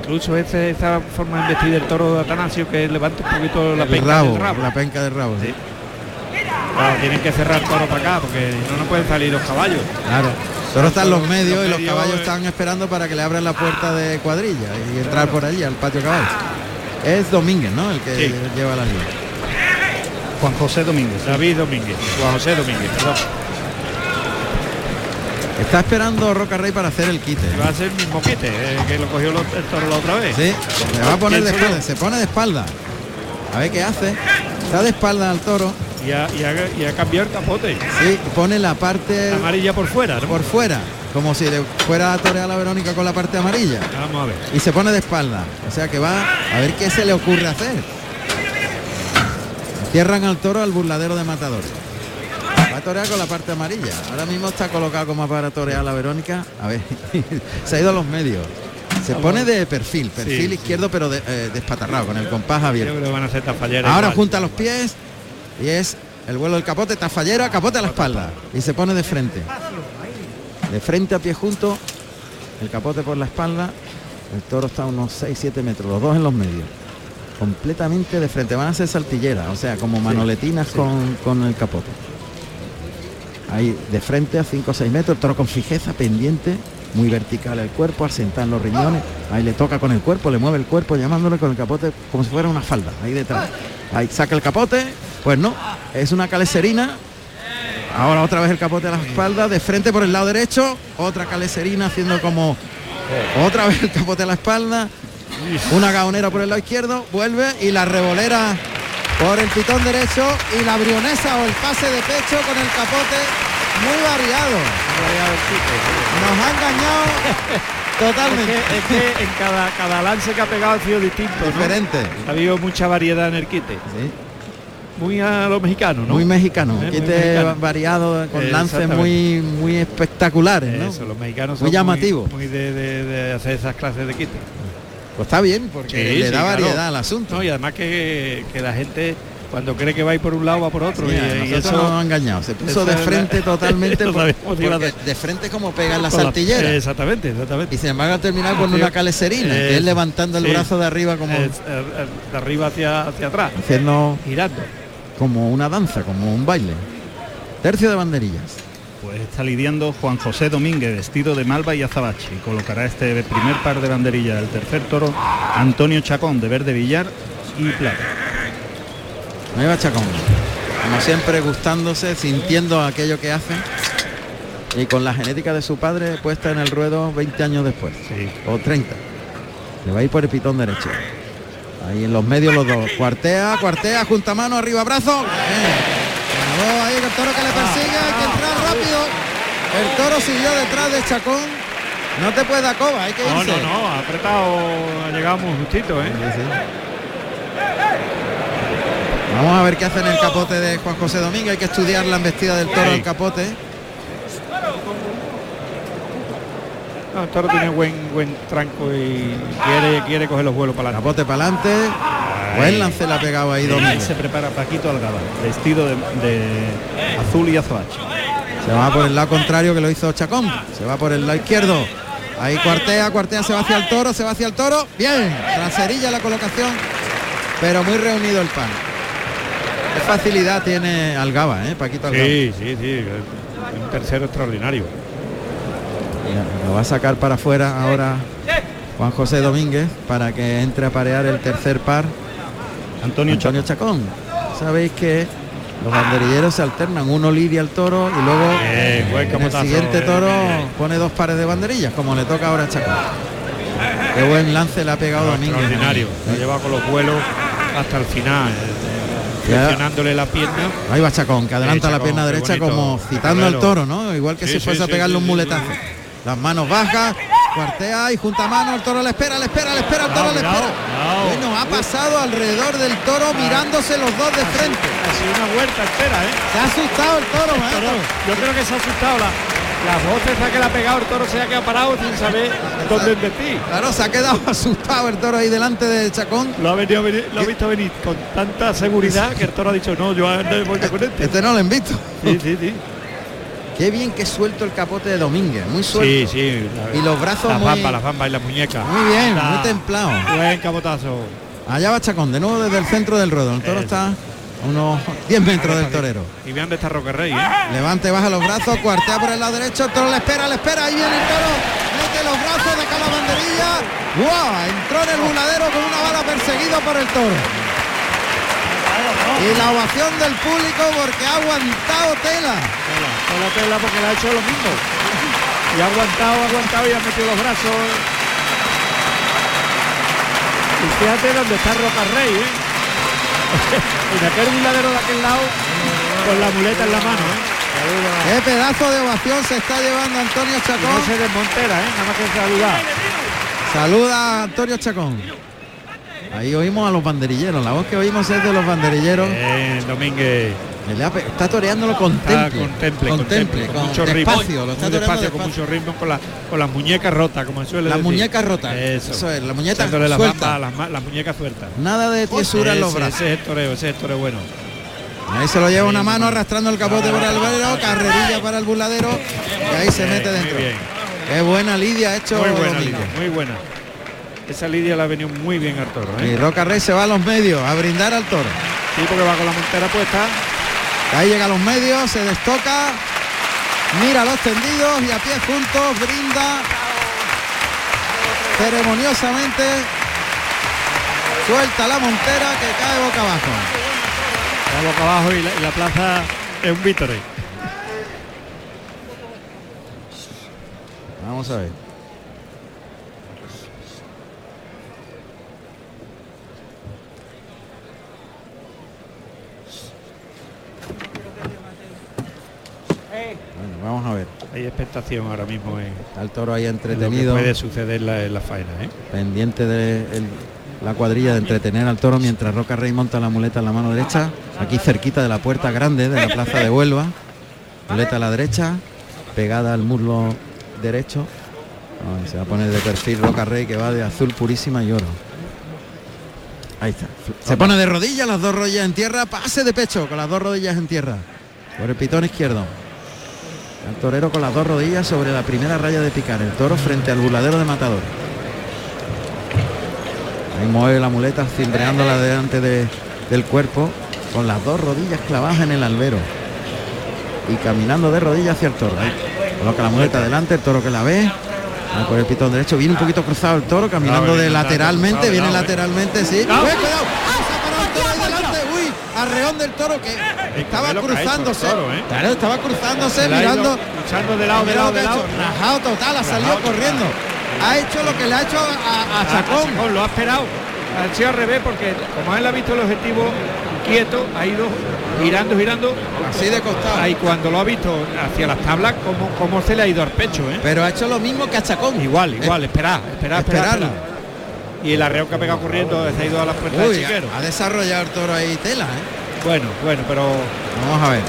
[SPEAKER 1] Incluso este, esta forma de vestir del toro de Atanasio que levanta un poquito la
[SPEAKER 2] El
[SPEAKER 1] penca
[SPEAKER 2] rabo,
[SPEAKER 1] del rabo.
[SPEAKER 2] la penca del rabo. sí.
[SPEAKER 1] Sí. Claro, tienen que cerrar el toro para acá porque no, no pueden salir los caballos.
[SPEAKER 2] Claro. Solo están los medios y los
[SPEAKER 1] medios,
[SPEAKER 2] caballos
[SPEAKER 1] eh.
[SPEAKER 2] están esperando para que le abran la puerta de cuadrilla y entrar por allí al patio caballo. Es Domínguez, ¿no? El que
[SPEAKER 1] Sí.
[SPEAKER 2] lleva la línea.
[SPEAKER 3] Juan José Domínguez.
[SPEAKER 1] David Domínguez, Juan José Domínguez, perdón.
[SPEAKER 2] Está esperando Roca Rey para hacer el quite.
[SPEAKER 1] Que Va a ser el mismo quite, eh, que lo cogió lo- el toro la otra vez.
[SPEAKER 2] Sí, se va a poner de
[SPEAKER 1] Pienso yo.
[SPEAKER 2] espalda, se pone de espalda. A ver qué hace. Está de espalda al toro.
[SPEAKER 1] Y, ha, y ha- y ha cambiado el capote.
[SPEAKER 2] Sí, pone la parte
[SPEAKER 1] Amarilla por fuera, ¿no?
[SPEAKER 2] por fuera, como si le fuera a torear a la Verónica con la parte amarilla.
[SPEAKER 1] Vamos a ver.
[SPEAKER 2] Y se pone de espalda. O sea que va a ver qué se le ocurre hacer. Cierran al toro al burladero de matadores. Va a torear con la parte amarilla. Ahora mismo está colocado como para torear a la Verónica. A ver, se ha ido a los medios. Se pone de perfil, perfil
[SPEAKER 1] sí.
[SPEAKER 2] izquierdo, pero de- eh, despatarrado, con el compás
[SPEAKER 1] Yo
[SPEAKER 2] abierto.
[SPEAKER 1] creo que van a hacer tafalleras.
[SPEAKER 2] Ahora
[SPEAKER 1] igual.
[SPEAKER 2] junta los pies y es el vuelo del capote, tafallera, capote a la espalda y se pone de frente. De frente a pie junto, el capote por la espalda, el toro está a unos 6-7 metros, los dos en los medios. Completamente de frente, van a ser saltilleras, o sea, como manoletinas Con, con el capote. Ahí de frente a 5 o 6 metros, el toro con fijeza, pendiente, muy vertical el cuerpo, asentan los riñones, ahí le toca con el cuerpo, le mueve el cuerpo, llamándole con el capote como si fuera una falda, ahí detrás. Ahí saca el capote, pues no, es una calecerina. Ahora otra vez el capote a la espalda, de frente por el lado derecho, otra calecerina haciendo como otra vez el capote a la espalda, una gaonera por el lado izquierdo, vuelve y la revolera por el pitón derecho y la brionesa o el pase de pecho con el capote muy variado. Nos ha engañado
[SPEAKER 1] Es que,
[SPEAKER 2] totalmente.
[SPEAKER 1] es que en cada, cada lance que ha pegado ha sido distinto, ¿no?
[SPEAKER 2] Diferente.
[SPEAKER 1] Ha habido mucha variedad en el quite.
[SPEAKER 2] Sí,
[SPEAKER 1] Muy a lo mexicano, ¿no?
[SPEAKER 2] Muy mexicano,
[SPEAKER 1] Eh, muy
[SPEAKER 2] quite
[SPEAKER 1] mexicano.
[SPEAKER 2] variado
[SPEAKER 1] Eh,
[SPEAKER 2] con lances
[SPEAKER 1] exactamente.
[SPEAKER 2] muy muy espectaculares, ¿no?
[SPEAKER 1] Eh, Eso, los mexicanos son
[SPEAKER 2] Muy llamativo.
[SPEAKER 1] Muy, de, de- de hacer esas clases de quite.
[SPEAKER 2] Pues está bien porque
[SPEAKER 1] Sí,
[SPEAKER 2] le
[SPEAKER 1] sí,
[SPEAKER 2] da
[SPEAKER 1] claro.
[SPEAKER 2] variedad al asunto.
[SPEAKER 1] No, y además que, que la gente cuando cree que va a ir por un lado va por otro.
[SPEAKER 2] Sí,
[SPEAKER 1] y-
[SPEAKER 2] a
[SPEAKER 1] y,
[SPEAKER 2] nosotros
[SPEAKER 1] eso
[SPEAKER 2] nos ha engañado. Se puso
[SPEAKER 1] eso
[SPEAKER 2] de
[SPEAKER 1] es la-
[SPEAKER 2] frente totalmente
[SPEAKER 1] No
[SPEAKER 2] por-
[SPEAKER 1] sabíamos si iba a
[SPEAKER 2] porque
[SPEAKER 1] hacer-
[SPEAKER 2] de frente como pegan las
[SPEAKER 1] con la-
[SPEAKER 2] artilleras.
[SPEAKER 1] Exactamente, exactamente.
[SPEAKER 2] Y sin embargo ha terminado con
[SPEAKER 1] Sí.
[SPEAKER 2] una calecerina, que
[SPEAKER 1] Eh,
[SPEAKER 2] es levantando el
[SPEAKER 1] sí.
[SPEAKER 2] brazo de arriba como
[SPEAKER 1] Es, eh, eh, de arriba hacia, hacia atrás,
[SPEAKER 2] haciendo
[SPEAKER 1] girando.
[SPEAKER 2] como una danza, como un baile. Tercio de banderillas.
[SPEAKER 3] Pues está lidiando Juan José Domínguez, vestido de malva y azabache. Y colocará este primer par de banderillas del tercer toro, Antonio Chacón, de verde villar y plata.
[SPEAKER 2] Ahí va Chacón. Como siempre gustándose, sintiendo aquello que hace. Y con la genética de su padre puesta en el ruedo 20 años después.
[SPEAKER 3] Sí.
[SPEAKER 2] O 30. Le va a ir por el pitón derecho. Ahí en los medios los dos. Cuartea, cuartea, junta mano, arriba brazo. Bien. Bravo, ahí el toro que le persigue, hay que entrar rápido. El toro siguió detrás de Chacón. No te puedes dar coba, hay que irse.
[SPEAKER 1] No, no, no, ha apretado, ha llegado muy justito, ¿eh?
[SPEAKER 2] Sí, sí. Vamos a ver qué hacen el capote de Juan José Domingo. Hay que estudiar la embestida del toro
[SPEAKER 1] Sí.
[SPEAKER 2] al capote.
[SPEAKER 1] No, el toro tiene buen, buen tranco y quiere, quiere coger los vuelos para adelante.
[SPEAKER 2] Capote para adelante. Buen lance la ha pegado ahí
[SPEAKER 3] Y
[SPEAKER 2] Domingo.
[SPEAKER 3] se prepara Paquito Algaba, vestido de, de azul y azabache.
[SPEAKER 2] Se va por el lado contrario que lo hizo Chacón. Se va por el lado izquierdo. Ahí cuartea, cuartea, se va hacia el toro, se va hacia el toro. Bien, traserilla la colocación, pero muy reunido el pan. Qué facilidad tiene Algaba, ¿eh? Paquito Algaba.
[SPEAKER 1] Sí, sí, sí. Un tercero extraordinario.
[SPEAKER 2] Mira, Lo va a sacar para afuera ahora Juan José Domínguez para que entre a parear el tercer par.
[SPEAKER 3] Antonio Chacón.
[SPEAKER 2] Antonio Chacón. Sabéis que los banderilleros se alternan, uno lidia al toro y luego
[SPEAKER 1] Bien, buen
[SPEAKER 2] en el
[SPEAKER 1] capotazo,
[SPEAKER 2] siguiente
[SPEAKER 1] bien,
[SPEAKER 2] toro
[SPEAKER 1] bien, bien.
[SPEAKER 2] pone dos pares de banderillas, como le toca ahora a Chacón. Qué buen lance le ha pegado Domínguez.
[SPEAKER 1] Extraordinario.
[SPEAKER 2] ¿no?
[SPEAKER 1] Lo ha llevado con los vuelos hasta el final. eh,
[SPEAKER 2] Ya.
[SPEAKER 1] Presionándole la pierna.
[SPEAKER 2] Ahí va Chacón, que adelanta
[SPEAKER 1] Chacón,
[SPEAKER 2] la pierna
[SPEAKER 1] qué
[SPEAKER 2] derecha
[SPEAKER 1] bonito.
[SPEAKER 2] como citando al
[SPEAKER 1] Claro.
[SPEAKER 2] toro, ¿no? Igual que
[SPEAKER 1] Sí,
[SPEAKER 2] si
[SPEAKER 1] sí,
[SPEAKER 2] fuese a
[SPEAKER 1] sí,
[SPEAKER 2] pegarle
[SPEAKER 1] sí,
[SPEAKER 2] un
[SPEAKER 1] sí,
[SPEAKER 2] muletazo.
[SPEAKER 1] sí.
[SPEAKER 2] Las manos bajas, cuartea y junta mano, el toro le espera, le espera, le espera, el toro le
[SPEAKER 1] Cuidado,
[SPEAKER 2] espera.
[SPEAKER 1] cuidado.
[SPEAKER 2] Bueno, ha pasado alrededor del toro mirándose los dos de frente.
[SPEAKER 1] Ha sido una vuelta, espera, ¿eh?
[SPEAKER 2] Se ha asustado el toro, ¿eh? maestro.
[SPEAKER 1] Toro, yo creo que se ha asustado. La, las voces a que le ha pegado, el toro se ha quedado parado sin saber dónde embestir.
[SPEAKER 2] Claro, se ha quedado asustado el toro ahí delante de Chacón.
[SPEAKER 1] Lo ha, venido, venir- lo ha visto venir con tanta seguridad que el toro ha dicho, no, yo ahora no voy con este.
[SPEAKER 2] Este no lo han visto.
[SPEAKER 1] Sí, sí, sí.
[SPEAKER 2] Qué bien que suelto el capote de Domínguez, muy suelto.
[SPEAKER 1] Sí, sí. la-
[SPEAKER 2] Y los brazos
[SPEAKER 1] Las
[SPEAKER 2] muy-
[SPEAKER 1] bambas, las bambas y las muñecas.
[SPEAKER 2] Muy bien,
[SPEAKER 1] Está-
[SPEAKER 2] muy templado.
[SPEAKER 1] Buen cabotazo.
[SPEAKER 2] Allá va Chacón, de nuevo desde el centro del ruedo. El toro
[SPEAKER 1] Eso.
[SPEAKER 2] está a unos 10 metros del torero.
[SPEAKER 1] Y vean de esta Roca Rey, ¿eh?
[SPEAKER 2] Levante, baja los brazos, cuartea por el lado derecho, el toro le espera, le espera, ahí viene el toro, mete los brazos, deja la banderilla, ¡guau! Entró en el buladero con una bala perseguido por el toro. Y la ovación del público porque ha aguantado tela.
[SPEAKER 1] Tela, tela, tela, porque le ha hecho lo mismo. Y ha aguantado, ha aguantado y ha metido los brazos. Y fíjate dónde está Roca Rey, ¿eh? en aquel buladero de aquel lado, con la muleta en la mano, ¿eh?
[SPEAKER 2] Qué pedazo de ovación se está llevando Antonio
[SPEAKER 1] Y no se
[SPEAKER 2] Chacón.
[SPEAKER 1] desmontera, ¿eh? Nada más que saludar.
[SPEAKER 2] Saluda a Antonio Chacón. Ahí oímos a los banderilleros, la voz que oímos es de los banderilleros.
[SPEAKER 1] Bien, Eh, Domínguez.
[SPEAKER 2] Que le ha pe- Está toreándolo con
[SPEAKER 1] Está
[SPEAKER 2] temple,
[SPEAKER 1] contemple,
[SPEAKER 2] contemple,
[SPEAKER 1] contemple, con mucho ritmo.
[SPEAKER 2] despacio, lo está
[SPEAKER 1] Muy
[SPEAKER 2] toreando
[SPEAKER 1] despacio, con
[SPEAKER 2] despacio.
[SPEAKER 1] mucho ritmo, con, la- con las muñecas rotas, como suele
[SPEAKER 2] La
[SPEAKER 1] decir.
[SPEAKER 2] muñeca rota.
[SPEAKER 1] Eso.
[SPEAKER 2] Eso es, la muñeca
[SPEAKER 1] Echándole las
[SPEAKER 2] suelta.
[SPEAKER 1] bambas, las, ma- las muñecas sueltas.
[SPEAKER 2] Nada de tiesura en los
[SPEAKER 1] Ese-
[SPEAKER 2] brazos.
[SPEAKER 1] Ese es el toreo, ese es el toreo bueno.
[SPEAKER 2] Ahí se lo lleva una mano arrastrando el capote por el bolero, carrerilla para el burladero y ahí se
[SPEAKER 1] Bien,
[SPEAKER 2] mete
[SPEAKER 1] muy
[SPEAKER 2] dentro.
[SPEAKER 1] bien.
[SPEAKER 2] Qué buena lidia ha hecho
[SPEAKER 1] Muy buena
[SPEAKER 2] Domingo.
[SPEAKER 1] lidia, muy buena. Esa lidia la ha venido muy bien al toro,
[SPEAKER 2] Y
[SPEAKER 1] ¿eh?
[SPEAKER 2] Roca Rey se va a los medios a brindar al toro.
[SPEAKER 1] Sí, porque va con la montera puesta.
[SPEAKER 2] Ahí llega a los medios, se destoca, mira los tendidos y a pie juntos brinda ceremoniosamente, suelta la montera que cae boca abajo.
[SPEAKER 1] Va boca abajo y la, y la plaza es un vítore.
[SPEAKER 2] Vamos a ver. Bueno, vamos a ver.
[SPEAKER 1] Hay expectación ahora mismo en,
[SPEAKER 2] Está el toro ahí
[SPEAKER 1] en lo que
[SPEAKER 2] entretenido,
[SPEAKER 1] puede suceder en la, en la faena, ¿eh?
[SPEAKER 2] pendiente de el- la cuadrilla de entretener al toro mientras Roca Rey monta la muleta en la mano derecha, aquí cerquita de la puerta grande de la plaza de Huelva. Muleta a la derecha, pegada al muslo derecho. Ahí se va a poner de perfil Roca Rey que va de azul purísima y oro. Ahí está. Se pone de rodillas, las dos rodillas en tierra, pase de pecho con las dos rodillas en tierra. Por el pitón izquierdo. El torero con las dos rodillas sobre la primera raya de picar. El toro frente al burladero de matador. Ahí mueve la muleta cimbreándola delante de- del cuerpo con las dos rodillas clavadas en el albero. y caminando de rodillas hacia el toro. Ahí. Coloca la muleta adelante, el toro que la ve. Va por el pitón derecho, viene un poquito cruzado el toro, caminando
[SPEAKER 1] Claro,
[SPEAKER 2] de
[SPEAKER 1] viene cruzado,
[SPEAKER 2] lateralmente,
[SPEAKER 1] cruzado,
[SPEAKER 2] viene
[SPEAKER 1] claro, eh.
[SPEAKER 2] lateralmente, sí. ¡Uy,
[SPEAKER 1] Claro.
[SPEAKER 2] cuidado! ¡Ah, se ha parado el toro ahí delante! ¡Uy! Arreón del toro que estaba
[SPEAKER 1] ve lo que ha hecho el
[SPEAKER 2] cruzándose.
[SPEAKER 1] toro, ¿eh?
[SPEAKER 2] Claro, estaba cruzándose,
[SPEAKER 1] Le ha ido
[SPEAKER 2] mirando. Ah,
[SPEAKER 1] luchando de lado, de
[SPEAKER 2] Mira
[SPEAKER 1] lado,
[SPEAKER 2] lo que
[SPEAKER 1] de
[SPEAKER 2] ha
[SPEAKER 1] lado.
[SPEAKER 2] hecho, Rajado total, ha salido
[SPEAKER 1] Rajado total.
[SPEAKER 2] corriendo. Ha hecho lo que le ha hecho a, a- a Chacón.
[SPEAKER 1] Chacón, lo ha esperado. Ha sido al revés porque como él ha visto el objetivo quieto, ha ido girando, girando.
[SPEAKER 2] Así de costado.
[SPEAKER 1] Ahí cuando lo ha visto hacia las tablas, como cómo se le ha ido al pecho, ¿eh?
[SPEAKER 2] Pero ha hecho lo mismo que a Chacón.
[SPEAKER 1] Igual, igual, esperar, esperar, esperar.
[SPEAKER 2] Esperarlo.
[SPEAKER 1] esperar. Y el arreo que ha pegado corriendo se ha ido a las puertas
[SPEAKER 2] Uy,
[SPEAKER 1] de chiquero.
[SPEAKER 2] ha desarrollado el toro ahí tela, ¿eh?
[SPEAKER 1] Bueno, bueno, pero
[SPEAKER 2] Vamos a ver.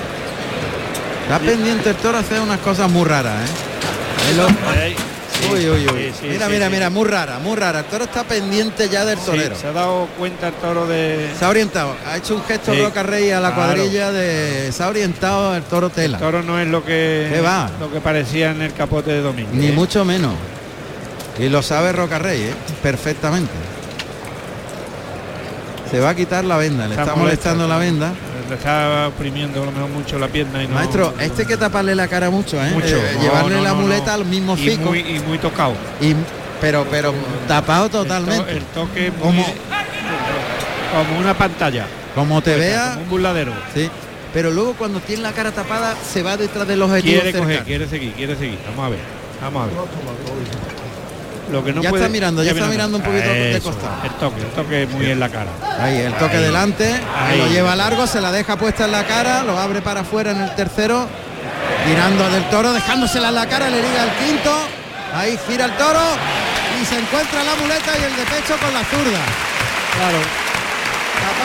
[SPEAKER 2] Está pendiente el toro hacer unas cosas muy raras, ¿eh? Él lo-
[SPEAKER 1] Ahí. Sí,
[SPEAKER 2] uy, uy, uy.
[SPEAKER 1] sí, sí,
[SPEAKER 2] mira,
[SPEAKER 1] sí,
[SPEAKER 2] mira,
[SPEAKER 1] sí.
[SPEAKER 2] mira, muy rara, muy rara. El toro está pendiente ya del
[SPEAKER 1] Sí,
[SPEAKER 2] torero.
[SPEAKER 1] se ha dado cuenta el toro de
[SPEAKER 2] Se ha orientado, ha hecho un gesto
[SPEAKER 1] Sí.
[SPEAKER 2] Roca Rey a la
[SPEAKER 1] Claro.
[SPEAKER 2] cuadrilla de. Se ha orientado el toro tela.
[SPEAKER 1] toro no es lo que
[SPEAKER 2] ¿Qué va?
[SPEAKER 1] lo que parecía en el capote de domingo.
[SPEAKER 2] Ni
[SPEAKER 1] ¿eh?
[SPEAKER 2] mucho menos. Y lo sabe Roca Rey, ¿eh? perfectamente. Se va a quitar la venda, le
[SPEAKER 1] Está
[SPEAKER 2] está, molestando
[SPEAKER 1] molesto.
[SPEAKER 2] la venda.
[SPEAKER 1] Eh, Le está oprimiendo a lo mejor mucho la pierna y no.
[SPEAKER 2] Maestro, este hay que taparle la cara mucho, ¿eh?
[SPEAKER 1] mucho.
[SPEAKER 2] Eh,
[SPEAKER 1] No,
[SPEAKER 2] llevarle
[SPEAKER 1] no,
[SPEAKER 2] la
[SPEAKER 1] no,
[SPEAKER 2] muleta
[SPEAKER 1] no.
[SPEAKER 2] al mismo
[SPEAKER 1] y
[SPEAKER 2] fico.
[SPEAKER 1] muy, y muy tocado.
[SPEAKER 2] y- pero, pero tapado totalmente.
[SPEAKER 1] El, to- el toque muy-
[SPEAKER 2] Como-
[SPEAKER 1] como una pantalla.
[SPEAKER 2] como te vea,
[SPEAKER 1] Como un burladero.
[SPEAKER 2] sí. Pero luego cuando tiene la cara tapada se va detrás de los
[SPEAKER 1] Quiere
[SPEAKER 2] objetivos.
[SPEAKER 1] coger,
[SPEAKER 2] cercanos.
[SPEAKER 1] quiere seguir, quiere seguir. Vamos a ver. Vamos a ver. Lo que no
[SPEAKER 2] Ya
[SPEAKER 1] puede-
[SPEAKER 2] está mirando, ya está
[SPEAKER 1] viene.
[SPEAKER 2] mirando un poquito de
[SPEAKER 1] Eso,
[SPEAKER 2] costado.
[SPEAKER 1] El toque, el toque muy en la cara.
[SPEAKER 2] Ahí, el toque
[SPEAKER 1] Ahí.
[SPEAKER 2] delante, ahí
[SPEAKER 1] Ahí.
[SPEAKER 2] lo lleva largo, se la deja puesta en la cara, lo abre para afuera en el tercero, girando del toro, dejándosela en la cara, le liga el quinto, ahí gira el toro y se encuentra la muleta y el de pecho con la zurda.
[SPEAKER 1] Claro.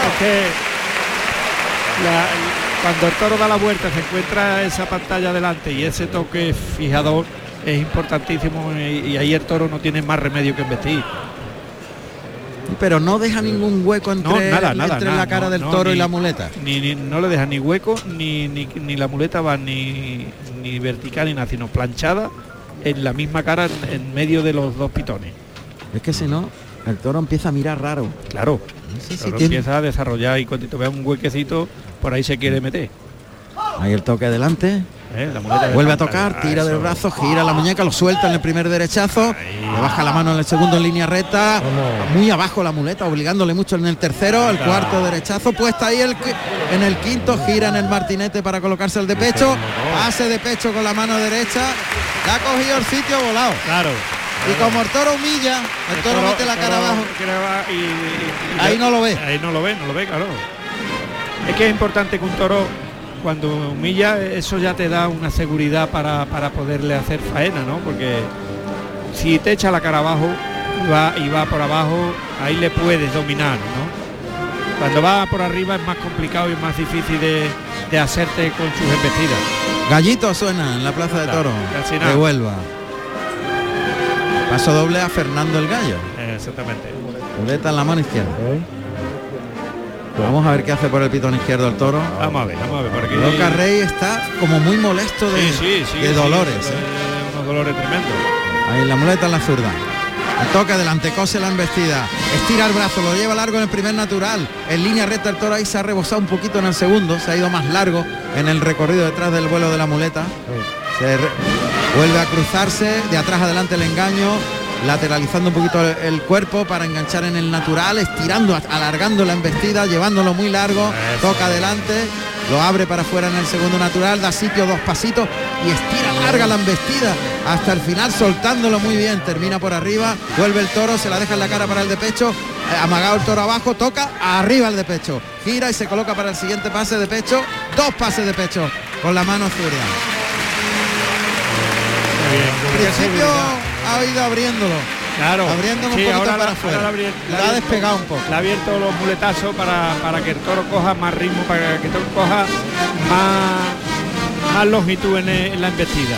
[SPEAKER 1] Es que la- cuando el toro da la vuelta se encuentra esa pantalla delante y ese toque fijador es importantísimo y, y ahí el toro no tiene más remedio que investir.
[SPEAKER 2] Pero no deja ningún hueco entre,
[SPEAKER 1] No, nada, nada.
[SPEAKER 2] entre
[SPEAKER 1] nada,
[SPEAKER 2] la cara
[SPEAKER 1] no,
[SPEAKER 2] del
[SPEAKER 1] no,
[SPEAKER 2] toro y
[SPEAKER 1] ni-
[SPEAKER 2] la muleta.
[SPEAKER 1] Ni, ni- no le deja ni hueco, ni, ni, ni la muleta va ni, ni vertical ni nada, sino planchada en la misma cara en, en medio de los dos pitones.
[SPEAKER 2] Es que si no, el toro empieza a mirar raro.
[SPEAKER 1] Claro.
[SPEAKER 2] Sí, sí,
[SPEAKER 1] Pero
[SPEAKER 2] tiene-
[SPEAKER 1] empieza a desarrollar y cuando te vea un huequecito, por ahí se quiere meter.
[SPEAKER 2] Ahí el toque delante,
[SPEAKER 1] ¿eh? La muleta de
[SPEAKER 2] Vuelve a
[SPEAKER 1] pantalla.
[SPEAKER 2] tocar, tira
[SPEAKER 1] Ah,
[SPEAKER 2] del
[SPEAKER 1] eso.
[SPEAKER 2] brazo, gira la muñeca, lo suelta en el primer derechazo, le baja la mano en el segundo en línea recta, muy abajo la muleta, obligándole mucho en el tercero, el cuarto derechazo, puesta ahí el, qui- en el quinto, gira en el martinete para colocarse el de
[SPEAKER 1] Este
[SPEAKER 2] pecho, pase de pecho con la mano derecha, la ha cogido el sitio volado.
[SPEAKER 1] Claro.
[SPEAKER 2] Y como el toro humilla, el toro mete la cara
[SPEAKER 1] toro
[SPEAKER 2] abajo.
[SPEAKER 1] mete la cara abajo y- y- y-
[SPEAKER 2] Ahí no lo ve.
[SPEAKER 1] Ahí no lo ve, no lo ve, claro. Es que es importante que un toro cuando humilla, eso ya te da una seguridad para, para poderle hacer faena, ¿no? Porque si te echa la cara abajo y va, y va por abajo, ahí le puedes dominar, ¿no? Cuando va por arriba es más complicado y más difícil de, de hacerte con sus embestidas.
[SPEAKER 2] Gallito suena en la plaza de toro,
[SPEAKER 1] Casi nada.
[SPEAKER 2] de Huelva. Paso doble a Fernando el Gallo.
[SPEAKER 1] Exactamente.
[SPEAKER 2] Muleta en la mano izquierda. Pues Vamos a ver qué hace por el pitón izquierdo el toro.
[SPEAKER 1] Vamos a ver, vamos a ver. por aquí-
[SPEAKER 2] Roca Rey está como muy molesto de,
[SPEAKER 1] Sí, sí, sí,
[SPEAKER 2] de
[SPEAKER 1] sí,
[SPEAKER 2] dolores.
[SPEAKER 1] de-
[SPEAKER 2] ¿eh?
[SPEAKER 1] de Unos dolores tremendos.
[SPEAKER 2] Ahí la muleta en la zurda. El toque delante, cose la embestida. Estira el brazo, lo lleva largo en el primer natural. En línea recta el toro ahí se ha rebosado un poquito en el segundo. Se ha ido más largo en el recorrido detrás del vuelo de la muleta. Se re- vuelve a cruzarse, de atrás adelante el engaño, lateralizando un poquito el, el cuerpo para enganchar en el natural, estirando, a- alargando la embestida, llevándolo muy largo, toca adelante, lo abre para afuera en el segundo natural, da sitio dos pasitos y estira larga la embestida hasta el final, soltándolo muy bien, termina por arriba, vuelve el toro, se la deja en la cara para el de pecho, eh, amagado el toro abajo, toca arriba el de pecho, gira y se coloca para el siguiente pase de pecho, dos pases de pecho con la mano zurda. En principio ha ido abriéndolo.
[SPEAKER 1] Claro.
[SPEAKER 2] Abriéndolo un
[SPEAKER 1] Sí,
[SPEAKER 2] poquito
[SPEAKER 1] ahora la-
[SPEAKER 2] para afuera.
[SPEAKER 1] ahora la abri- la
[SPEAKER 2] La ha
[SPEAKER 1] abri-
[SPEAKER 2] despegado un poco.
[SPEAKER 1] Le ha abierto los muletazos para, para que el toro coja más ritmo, para que el toro coja más, más longitud en, en la embestida.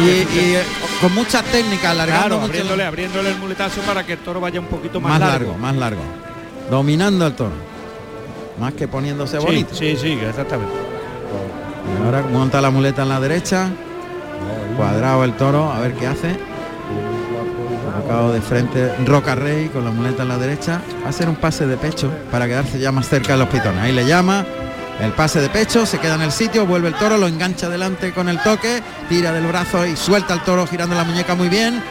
[SPEAKER 2] Y, y, eh, con mucha técnica, alargando
[SPEAKER 1] Claro,
[SPEAKER 2] mucho
[SPEAKER 1] abriéndole, abriéndole el muletazo para que el toro vaya un poquito más,
[SPEAKER 2] más largo, más largo. Dominando el toro. Más que poniéndose
[SPEAKER 1] Sí,
[SPEAKER 2] bonito.
[SPEAKER 1] sí, sí, exactamente.
[SPEAKER 2] Y Ahora monta la muleta en la derecha. Cuadrado el toro, a ver qué hace. Colocado de frente Roca Rey con la muleta en la derecha. Va a hacer un pase de pecho para quedarse ya más cerca de los pitones. Ahí le llama. El pase de pecho, se queda en el sitio, vuelve el toro, lo engancha adelante con el toque, tira del brazo y suelta el toro girando la muñeca muy bien.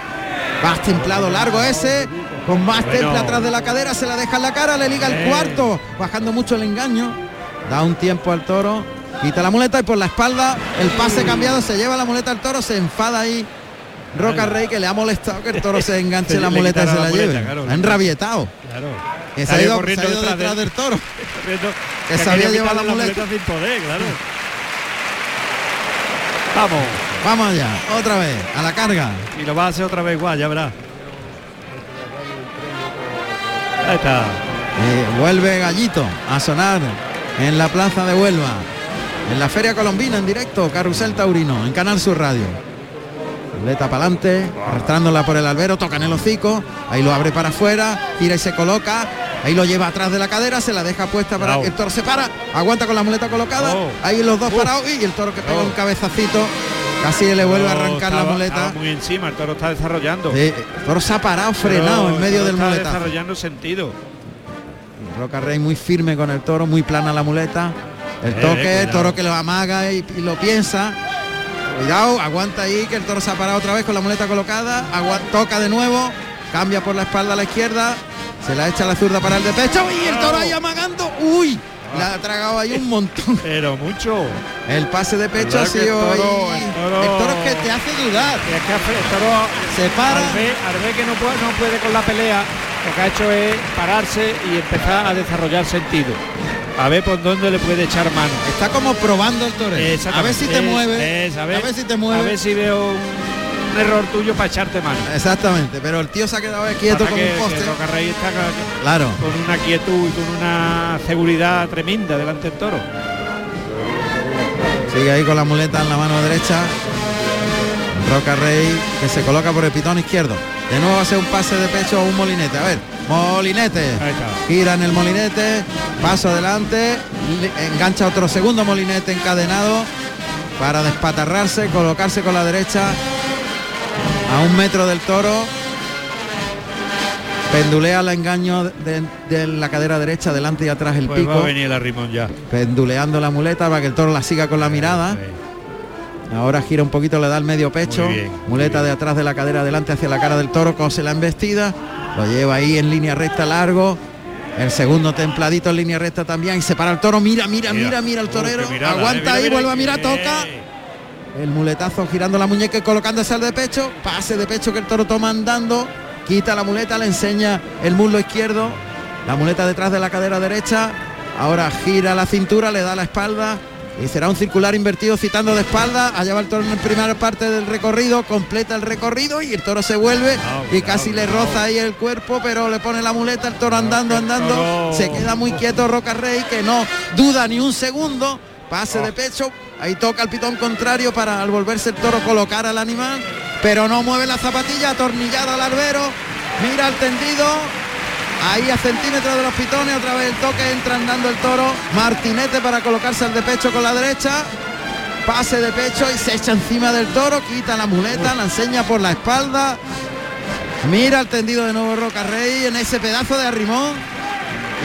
[SPEAKER 2] Más templado largo ese, con más
[SPEAKER 1] Bueno.
[SPEAKER 2] temple atrás de la cadera, se la deja en la cara, le liga el
[SPEAKER 1] Bien.
[SPEAKER 2] cuarto, bajando mucho el engaño. Da un tiempo al toro, quita la muleta y por la espalda el pase cambiado, se lleva la muleta al toro, se enfada ahí. Roca Rey que le ha molestado que el toro se enganche
[SPEAKER 1] Se
[SPEAKER 2] la
[SPEAKER 1] le
[SPEAKER 2] muleta y se la,
[SPEAKER 1] quitara la
[SPEAKER 2] lleve.
[SPEAKER 1] muleta, claro.
[SPEAKER 2] Ha enrabietado.
[SPEAKER 1] Claro.
[SPEAKER 2] Que se ha
[SPEAKER 1] Salió
[SPEAKER 2] ido,
[SPEAKER 1] corriendo
[SPEAKER 2] se ha ido
[SPEAKER 1] detrás
[SPEAKER 2] detrás,
[SPEAKER 1] de él.
[SPEAKER 2] del toro.
[SPEAKER 1] Corriendo,
[SPEAKER 2] Que
[SPEAKER 1] ha
[SPEAKER 2] se había
[SPEAKER 1] querido
[SPEAKER 2] llevado
[SPEAKER 1] quitarle
[SPEAKER 2] la
[SPEAKER 1] sin poder, claro. Vamos,
[SPEAKER 2] Vamos allá, otra vez, a la carga.
[SPEAKER 1] y lo va a hacer otra vez igual, ya verás. Ahí está.
[SPEAKER 2] Eh, vuelve Gallito a sonar en la plaza de Huelva, en la Feria Colombina en directo, Carrusel Taurino, en Canal Sur Radio. Leta para adelante, arrastrándola por el albero, toca en el hocico, ahí lo abre para afuera, gira y se coloca, ahí lo lleva atrás de la cadera, se la deja puesta para
[SPEAKER 1] Bravo.
[SPEAKER 2] que el toro se para, aguanta con la muleta colocada,
[SPEAKER 1] Oh.
[SPEAKER 2] ahí los dos parados y el toro que pega
[SPEAKER 1] Oh.
[SPEAKER 2] un cabezacito, casi le vuelve a
[SPEAKER 1] Pero
[SPEAKER 2] arrancar la
[SPEAKER 1] estaba-
[SPEAKER 2] muleta.
[SPEAKER 1] estaba muy encima, el toro está desarrollando.
[SPEAKER 2] Sí, el toro se ha parado
[SPEAKER 1] Pero
[SPEAKER 2] frenado
[SPEAKER 1] el
[SPEAKER 2] en medio
[SPEAKER 1] toro
[SPEAKER 2] del
[SPEAKER 1] está
[SPEAKER 2] muletazo.
[SPEAKER 1] desarrollando sentido.
[SPEAKER 2] Roca Rey muy firme con el toro, muy plana la muleta. El
[SPEAKER 1] Eh,
[SPEAKER 2] toque, el
[SPEAKER 1] cuidado.
[SPEAKER 2] toro que lo amaga y, y lo piensa. Cuidado, aguanta ahí que el toro se ha parado otra vez con la muleta colocada. Agua- toca de nuevo, cambia por la espalda a la izquierda, se la echa a la zurda para el de pecho y el toro ahí amagando. ¡Uy! La ha tragado ahí un montón.
[SPEAKER 1] Pero mucho.
[SPEAKER 2] El pase de pecho ha
[SPEAKER 1] ¿Verdad que el
[SPEAKER 2] sido ahí.
[SPEAKER 1] toro- el toro-
[SPEAKER 2] El toro es que te hace dudar.
[SPEAKER 6] Y es que Alfred- el toro,
[SPEAKER 2] Se para.
[SPEAKER 6] al ver, al ver que no puede, no puede con la pelea, lo que ha hecho es pararse y empezar a desarrollar sentido. A ver por dónde le puede echar mano.
[SPEAKER 2] Está como probando el toro. Eh, A ver si te
[SPEAKER 6] Es-
[SPEAKER 2] mueve.
[SPEAKER 6] es,
[SPEAKER 2] a, ver, si te mueve.
[SPEAKER 6] A ver si veo un, un error tuyo para echarte mano.
[SPEAKER 2] Exactamente, pero el tío se ha quedado ahí quieto
[SPEAKER 6] Ahora
[SPEAKER 2] como
[SPEAKER 6] que-
[SPEAKER 2] un poste.
[SPEAKER 6] que Roca Rey está ca-
[SPEAKER 2] Claro.
[SPEAKER 6] con una quietud y con una seguridad tremenda delante del toro.
[SPEAKER 2] Sigue ahí con la muleta en la mano derecha. Roca Rey que se coloca por el pitón izquierdo. De nuevo hace un pase de pecho o un molinete. A ver, molinete.
[SPEAKER 6] Ahí está.
[SPEAKER 2] Gira en el molinete. Paso adelante. le- Engancha otro segundo molinete encadenado para despatarrarse, colocarse con la derecha a un metro del toro. Pendulea el engaño de, de la cadera derecha, delante y atrás el
[SPEAKER 1] Pues va
[SPEAKER 2] pico.
[SPEAKER 1] a venir el arrimón ya.
[SPEAKER 2] penduleando la muleta para que el toro la siga con la mirada. Ahora gira un poquito, le da el medio pecho,
[SPEAKER 1] Muy bien,
[SPEAKER 2] muleta de atrás de la cadera adelante hacia la cara del toro, cose la embestida, lo lleva ahí en línea recta largo. El segundo templadito en línea recta también y se para el toro, mira, mira, mira, mira el
[SPEAKER 1] Uh,
[SPEAKER 2] torero,
[SPEAKER 1] qué mirada,
[SPEAKER 2] aguanta
[SPEAKER 1] eh, mira,
[SPEAKER 2] ahí,
[SPEAKER 1] mira,
[SPEAKER 2] vuelve a mirar,
[SPEAKER 1] eh.
[SPEAKER 2] toca. El muletazo girando la muñeca y colocándose al de pecho, pase de pecho que el toro toma andando, quita la muleta, le enseña el muslo izquierdo, la muleta detrás de la cadera derecha, ahora gira la cintura, le da la espalda y será un circular invertido citando de espalda, allá va el toro en la primera parte del recorrido, completa el recorrido y el toro se vuelve
[SPEAKER 1] Bravo,
[SPEAKER 2] y
[SPEAKER 1] bravo,
[SPEAKER 2] casi le
[SPEAKER 1] bravo.
[SPEAKER 2] roza ahí el cuerpo, pero le pone la muleta, el toro andando,
[SPEAKER 1] que el
[SPEAKER 2] andando,
[SPEAKER 1] toro-
[SPEAKER 2] se queda muy quieto Roca Rey que no duda ni un segundo, pase de pecho, ahí toca el pitón contrario para al volverse el toro colocar al animal, pero no mueve la zapatilla, atornillada al albero, mira al tendido, ahí a centímetros de los pitones, otra vez el toque, entra andando el toro, martinete para colocarse al de pecho con la derecha. Pase de pecho y se echa encima del toro, quita la muleta, la enseña por la espalda. Mira el tendido de nuevo Roca Rey en ese pedazo de arrimón.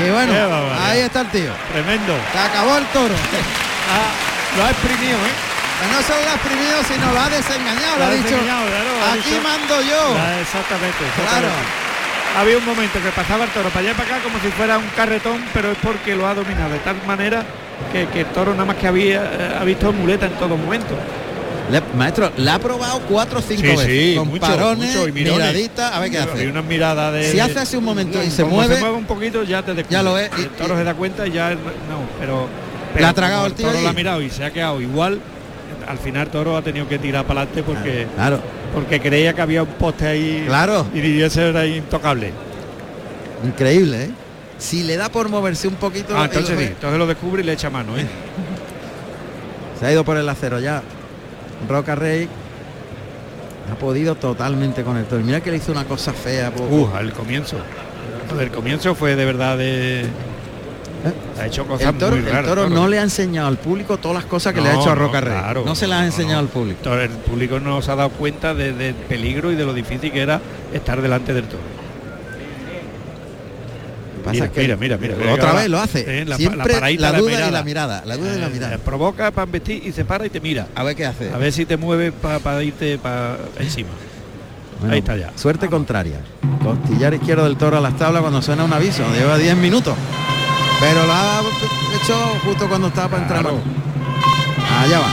[SPEAKER 2] Y bueno,
[SPEAKER 1] Qué barbaridad.
[SPEAKER 2] ahí está el tío.
[SPEAKER 1] Tremendo.
[SPEAKER 2] Se acabó el toro. Ah,
[SPEAKER 1] Lo ha exprimido, ¿eh?
[SPEAKER 2] Pero no solo lo ha exprimido, sino lo ha desengañado.
[SPEAKER 1] Lo
[SPEAKER 2] ha
[SPEAKER 1] ha
[SPEAKER 2] dicho,
[SPEAKER 1] desengañado, claro, ha
[SPEAKER 2] aquí
[SPEAKER 1] dicho-
[SPEAKER 2] mando yo.
[SPEAKER 1] Ah, exactamente.
[SPEAKER 2] Claro.
[SPEAKER 1] exactamente. Había un momento que pasaba el toro para allá y para acá como si fuera un carretón, pero es porque lo ha dominado de tal manera que, que el toro nada más que había eh, ha visto muleta en todo momento.
[SPEAKER 2] Le- maestro, la ha probado cuatro o cinco
[SPEAKER 1] Sí,
[SPEAKER 2] veces.
[SPEAKER 1] sí,
[SPEAKER 2] con
[SPEAKER 1] mucho,
[SPEAKER 2] parones,
[SPEAKER 1] mucho, y mirones.
[SPEAKER 2] miradita, a ver qué
[SPEAKER 1] Y
[SPEAKER 2] hace.
[SPEAKER 1] una mirada de.
[SPEAKER 2] Si hace así un momento y se
[SPEAKER 1] como
[SPEAKER 2] mueve-
[SPEAKER 1] Eh, Se mueve un poquito, ya te descubre.
[SPEAKER 2] Ya lo es, y-
[SPEAKER 1] El toro se da cuenta y ya no, pero.
[SPEAKER 2] Le
[SPEAKER 1] pero
[SPEAKER 2] ha tragado
[SPEAKER 1] como
[SPEAKER 2] el tío
[SPEAKER 1] toro
[SPEAKER 2] ahí.
[SPEAKER 1] la ha mirado y se ha quedado igual. Al final toro ha tenido que tirar para adelante porque
[SPEAKER 2] Claro,
[SPEAKER 1] porque creía que había un poste ahí
[SPEAKER 2] claro.
[SPEAKER 1] y ese era intocable.
[SPEAKER 2] Increíble, ¿eh? Si le da por moverse un poquito,
[SPEAKER 1] Ah,
[SPEAKER 2] el-
[SPEAKER 1] entonces sí, entonces lo descubre y le echa mano, ¿eh?
[SPEAKER 2] se ha ido por el acero ya. Roca Rey ha podido totalmente con el toro. Mira que le hizo una cosa fea. poco.
[SPEAKER 1] Uh, al comienzo. Lo del comienzo fue de verdad de. Ha hecho cosas
[SPEAKER 2] ¿Eh? el toro,
[SPEAKER 1] muy
[SPEAKER 2] el
[SPEAKER 1] raras.
[SPEAKER 2] toro no le ha enseñado al público todas las cosas que le ha
[SPEAKER 1] No,
[SPEAKER 2] hecho a
[SPEAKER 1] no,
[SPEAKER 2] Roca Rey.
[SPEAKER 1] claro,
[SPEAKER 2] no se las ha
[SPEAKER 1] no,
[SPEAKER 2] enseñado
[SPEAKER 1] no.
[SPEAKER 2] al público.
[SPEAKER 1] Toro- El público no se ha dado cuenta de- del peligro y de lo difícil que era estar delante del toro.
[SPEAKER 2] Pasa
[SPEAKER 1] Mira,
[SPEAKER 2] que
[SPEAKER 1] mira, mira, mira, mira.
[SPEAKER 2] Otra
[SPEAKER 1] Ahora,
[SPEAKER 2] vez lo hace.
[SPEAKER 1] eh, la pa- la
[SPEAKER 2] Siempre la,
[SPEAKER 1] paradita, la
[SPEAKER 2] duda y
[SPEAKER 1] mirada.
[SPEAKER 2] la mirada. La duda y la
[SPEAKER 1] Eh,
[SPEAKER 2] mirada.
[SPEAKER 1] provoca para vestir y se para y te mira.
[SPEAKER 2] A ver qué hace.
[SPEAKER 1] A ver si te mueve para irte para encima.
[SPEAKER 2] Bueno,
[SPEAKER 1] ahí está ya.
[SPEAKER 2] Suerte contraria. Costillar izquierdo del toro a las tablas cuando suena un aviso. Lleva 10 minutos. Pero lo ha hecho justo cuando estaba para entrar.
[SPEAKER 1] Claro.
[SPEAKER 2] Allá va.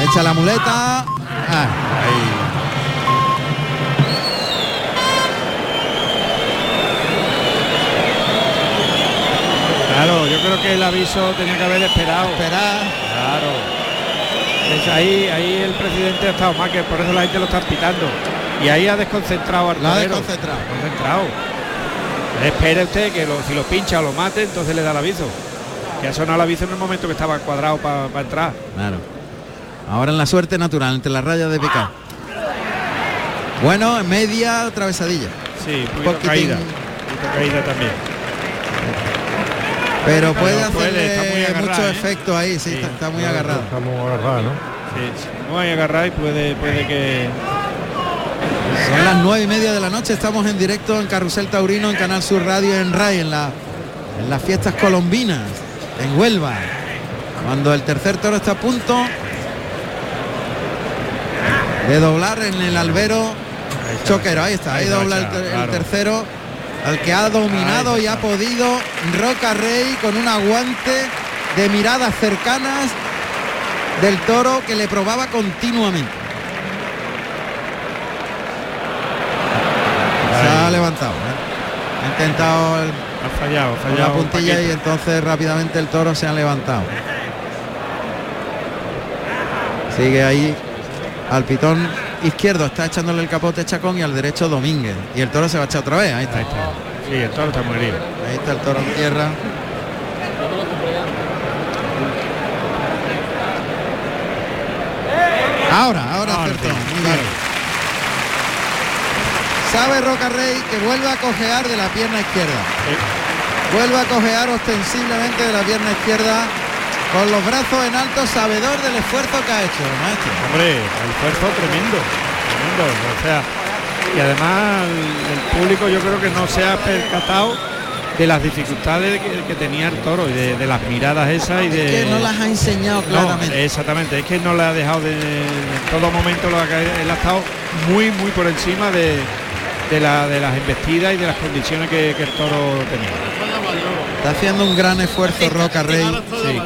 [SPEAKER 2] Le echa la muleta. Ah,
[SPEAKER 1] Ahí. Claro, yo creo que el aviso tenía que haber esperado.
[SPEAKER 2] espera.
[SPEAKER 1] Claro. Es ahí, ahí el presidente ha estado más que por eso la gente lo está pitando. Y ahí ha desconcentrado al
[SPEAKER 2] Lo ha
[SPEAKER 1] torero.
[SPEAKER 2] desconcentrado.
[SPEAKER 1] Concentrado. Espere usted que lo- si lo pincha o lo mate, entonces le da el aviso. Que ha sonado el aviso en el momento que estaba cuadrado para entrar.
[SPEAKER 2] Claro. Ahora en la suerte natural, entre las rayas de picar. Bueno, en media travesadilla.
[SPEAKER 1] Sí, un poquito
[SPEAKER 2] Poquitín.
[SPEAKER 1] caída. Un poquito caída también.
[SPEAKER 2] Pero puede
[SPEAKER 1] Pero puede,
[SPEAKER 2] hacerle
[SPEAKER 1] está muy agarrada,
[SPEAKER 2] mucho
[SPEAKER 1] ¿eh?
[SPEAKER 2] efecto ahí, sí,
[SPEAKER 1] Sí.
[SPEAKER 2] Está, está muy agarrado.
[SPEAKER 7] Estamos agarrados, ¿no?
[SPEAKER 1] Sí, sí. No hay agarrar y puede, puede que.
[SPEAKER 2] Son las nueve y media de la noche, estamos en directo en Carrusel Taurino, en Canal Sur Radio, en RAI, en, la, en las fiestas colombinas, en Huelva, cuando el tercer toro está a punto de doblar en el albero choquero. Ahí está, ahí,
[SPEAKER 1] Ahí está,
[SPEAKER 2] dobla el,
[SPEAKER 1] ya,
[SPEAKER 2] ter- el
[SPEAKER 1] claro.
[SPEAKER 2] tercero, al que ha dominado
[SPEAKER 1] Ahí
[SPEAKER 2] y ha
[SPEAKER 1] está.
[SPEAKER 2] podido Roca Rey con un aguante de miradas cercanas del toro que le probaba continuamente. Se ha levantado. ¿eh? Ha intentado el-
[SPEAKER 1] Ha fallado, ha
[SPEAKER 2] con la
[SPEAKER 1] fallado. un
[SPEAKER 2] puntilla y
[SPEAKER 1] paquete.
[SPEAKER 2] entonces rápidamente el toro se ha levantado. Sigue ahí al pitón izquierdo, está echándole el capote Chacón y al derecho Domínguez. Y el toro se va a echar otra vez. Ahí está,
[SPEAKER 1] Ahí está. Sí, el toro está muy herido.
[SPEAKER 2] ahí está el toro en tierra. Ahora, ahora
[SPEAKER 1] Ahora
[SPEAKER 2] acertó.
[SPEAKER 1] sí,
[SPEAKER 2] Muy bien. Sabe Roca Rey que vuelve a cojear de la pierna izquierda. Vuelve a cojear ostensiblemente de la pierna izquierda con los brazos en alto, sabedor del esfuerzo que ha hecho, maestro.
[SPEAKER 1] Hombre, el esfuerzo tremendo, tremendo, o sea, y además el, el público yo creo que no se ha percatado de las dificultades que, que tenía el toro y de, de las miradas esas y de...
[SPEAKER 2] Es que no las ha enseñado
[SPEAKER 1] Eh, No, eh,
[SPEAKER 2] claramente.
[SPEAKER 1] exactamente, es que no le ha dejado de, en todo momento, lo ha, ca- él ha estado muy, muy por encima de, de la- de las embestidas y de las condiciones que, que el toro tenía.
[SPEAKER 2] Está haciendo un gran esfuerzo Roca Rey.
[SPEAKER 1] Sí.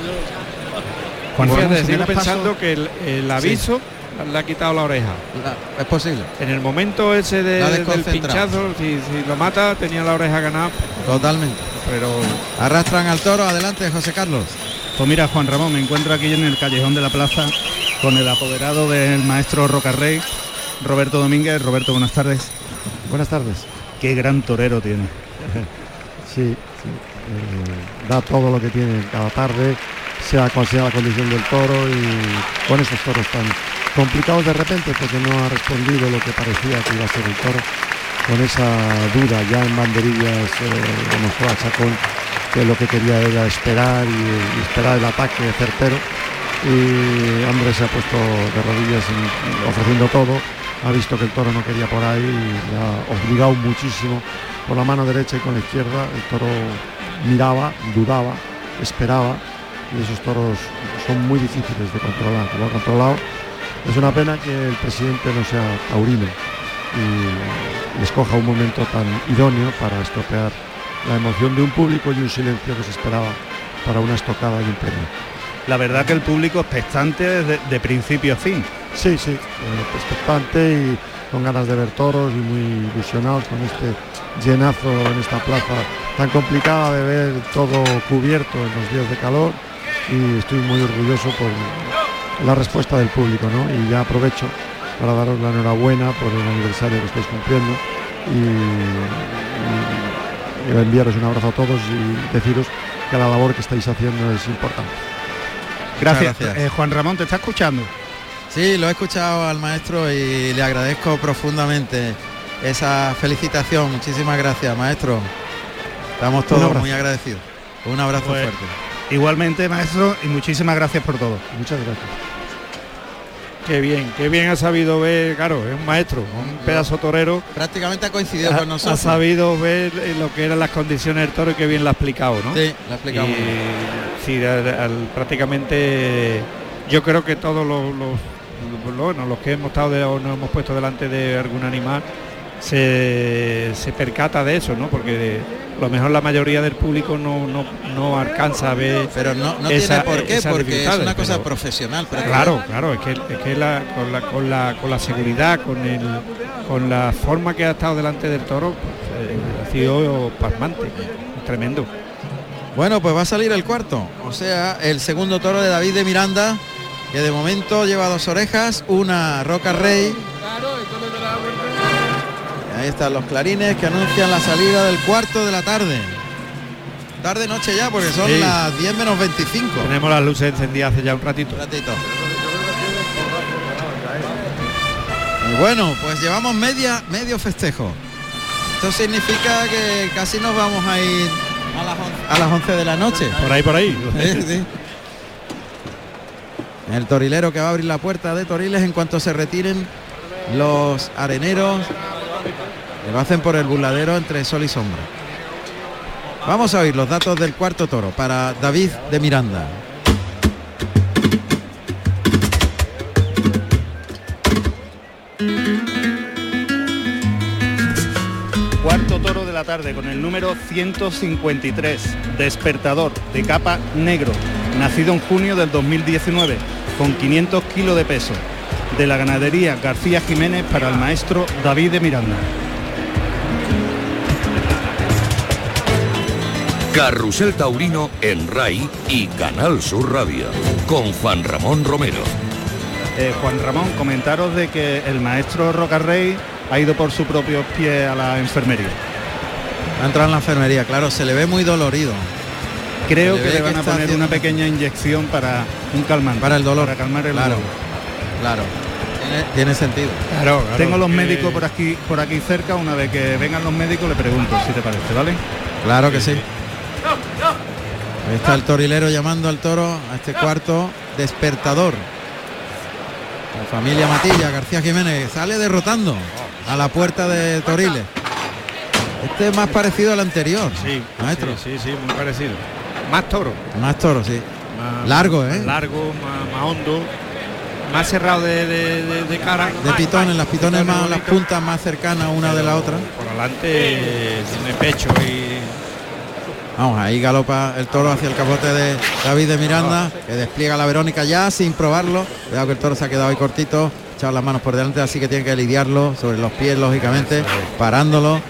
[SPEAKER 3] Juan
[SPEAKER 1] Fíjate,
[SPEAKER 3] Ramón, si me
[SPEAKER 1] sigo
[SPEAKER 3] das paso-
[SPEAKER 1] pensando que el, el aviso le ha quitado la oreja.
[SPEAKER 2] La- es posible.
[SPEAKER 1] En el momento ese de-
[SPEAKER 2] La
[SPEAKER 1] del
[SPEAKER 2] desconcentrado.
[SPEAKER 1] pinchazo, si, si lo mata, tenía la oreja ganada,
[SPEAKER 2] Totalmente.
[SPEAKER 1] pero
[SPEAKER 2] Arrastran al toro. Adelante, José Carlos.
[SPEAKER 3] Pues mira, Juan Ramón, me encuentro aquí en el callejón de la plaza con el apoderado del maestro Rocarrey, Roberto Domínguez. Roberto, buenas tardes.
[SPEAKER 7] Buenas tardes.
[SPEAKER 3] Qué gran torero tiene.
[SPEAKER 7] Sí, sí, eh, da todo lo que tiene cada tarde, sea cual sea la condición del toro y con esos toros tan complicados de repente porque no ha respondido lo que parecía que iba a ser el toro, con esa duda ya en banderillas eh, demostró a Chacón que lo que quería era esperar y, y esperar el ataque certero y Andrés se ha puesto de rodillas y- y ofreciendo todo, ha visto que el toro no quería por ahí y le ha obligado muchísimo por la mano derecha y con la izquierda. El toro miraba, dudaba, esperaba y esos toros son muy difíciles de controlar. Lo ha controlado. Es una pena que el presidente no sea taurino y escoja un momento tan idóneo para estropear la emoción de un público y un silencio que se esperaba para una estocada y un premio.
[SPEAKER 3] La verdad que el público expectante desde de principio a fin.
[SPEAKER 7] Sí, sí, eh, expectante y con ganas de ver toros y muy ilusionados con este llenazo en esta plaza tan complicada de ver todo cubierto en los días de calor y estoy muy orgulloso por la respuesta del público, ¿no? Y ya aprovecho para daros la enhorabuena por el aniversario que estáis cumpliendo y, y- y enviaros un abrazo a todos y deciros que la labor que estáis haciendo es importante.
[SPEAKER 3] Gracias.
[SPEAKER 2] gracias.
[SPEAKER 3] Eh, Juan Ramón, ¿te está escuchando?
[SPEAKER 2] Sí, lo he escuchado al maestro y le agradezco profundamente esa felicitación. Muchísimas gracias, maestro. Estamos
[SPEAKER 7] Un
[SPEAKER 2] todos
[SPEAKER 7] abrazo.
[SPEAKER 2] muy agradecidos. Un abrazo
[SPEAKER 3] Pues-
[SPEAKER 2] fuerte.
[SPEAKER 3] Igualmente, maestro, y muchísimas gracias por todo.
[SPEAKER 7] Muchas gracias.
[SPEAKER 1] Qué bien, qué bien ha sabido ver, claro, es un maestro, un pedazo torero.
[SPEAKER 2] Prácticamente ha coincidido con
[SPEAKER 1] Ha, ha
[SPEAKER 2] nosotros.
[SPEAKER 1] sabido ver eh, lo que eran las condiciones del toro y qué bien lo ha explicado, ¿no?
[SPEAKER 2] Sí, lo ha explicado muy bien.
[SPEAKER 1] Y Eh, sí, al- al- prácticamente yo creo que todos los, los, los- bueno, los que hemos estado de- o nos hemos puesto delante de algún animal se, se percata de eso, ¿no? Porque de- a lo mejor la mayoría del público no, no, no alcanza a ver.
[SPEAKER 2] Pero no, no
[SPEAKER 1] esa-
[SPEAKER 2] tiene por qué,
[SPEAKER 1] esas
[SPEAKER 2] porque es
[SPEAKER 1] dificultades,
[SPEAKER 2] una cosa
[SPEAKER 1] pero-
[SPEAKER 2] profesional. Pero
[SPEAKER 1] Claro, claro, es que, es que la- con, la, con, la, con la seguridad, con, el, con la forma que ha estado delante del toro, pues, eh, ha sido pasmante, tremendo.
[SPEAKER 2] Bueno, pues va a salir el cuarto, o sea, el segundo toro de David de Miranda, que de momento lleva dos orejas, una Roca Rey. Ahí están los clarines que anuncian la salida del cuarto de la tarde. Tarde noche ya, porque son
[SPEAKER 1] Sí.
[SPEAKER 2] las 10 menos 25.
[SPEAKER 1] Tenemos las luces encendidas hace ya un ratito.
[SPEAKER 2] Un ratito. Y bueno, pues llevamos media, medio festejo. Esto significa que casi nos vamos a ir a las 11, de la noche.
[SPEAKER 1] Por ahí, por ahí.
[SPEAKER 2] Sí, sí. El torilero que va a abrir la puerta de Toriles en cuanto se retiren los areneros. que Lo hacen por el burladero entre sol y sombra. Vamos a oír los datos del cuarto toro para David de Miranda.
[SPEAKER 3] Cuarto toro de la tarde con el número 153, despertador de capa negro, nacido en junio del 2019, con 500 kilos de peso, de la ganadería García Jiménez para el maestro David de Miranda.
[SPEAKER 8] Carrusel Taurino en RAI y Canal Sur Radio con Juan Ramón Romero.
[SPEAKER 3] Eh, Juan Ramón, comentaros de que el maestro Rocarrey ha ido por sus propios pies a la enfermería.
[SPEAKER 2] Ha entrado en la enfermería, claro, se le ve muy dolorido.
[SPEAKER 3] Creo
[SPEAKER 2] Se le
[SPEAKER 3] que
[SPEAKER 2] ve
[SPEAKER 3] le
[SPEAKER 2] que
[SPEAKER 3] van a
[SPEAKER 2] está
[SPEAKER 3] poner
[SPEAKER 2] haciendo-
[SPEAKER 3] una pequeña inyección para un calmante.
[SPEAKER 2] Para el dolor.
[SPEAKER 3] Para calmar el
[SPEAKER 2] Claro.
[SPEAKER 3] dolor.
[SPEAKER 2] Claro, tiene, tiene sentido.
[SPEAKER 1] Claro, claro,
[SPEAKER 3] Tengo los
[SPEAKER 1] que-
[SPEAKER 3] médicos por aquí, por aquí cerca. Una vez que vengan los médicos le pregunto si te parece, ¿vale?
[SPEAKER 2] Claro que sí. Ahí está el torilero llamando al toro a este cuarto despertador. La familia Matilla, García Jiménez, sale derrotando a la puerta de Toriles. Este es más parecido al anterior.
[SPEAKER 1] Sí,
[SPEAKER 2] maestro.
[SPEAKER 1] Sí, sí, sí, muy parecido. Más toro.
[SPEAKER 2] Más toro, sí.
[SPEAKER 1] más-
[SPEAKER 2] Largo,
[SPEAKER 1] más
[SPEAKER 2] ¿eh?
[SPEAKER 1] Largo, más, más hondo, más cerrado de, de- de- de cara.
[SPEAKER 2] De pitones, las pitones más, las
[SPEAKER 1] bonitos,
[SPEAKER 2] puntas más cercanas una de la otra.
[SPEAKER 1] Por delante eh, tiene pecho y
[SPEAKER 2] Vamos, ahí galopa el toro hacia el capote de David de Miranda, que despliega la Verónica ya sin probarlo. Cuidado que el toro se ha quedado ahí cortito, echado las manos por delante, así que tiene que lidiarlo sobre los pies, lógicamente, parándolo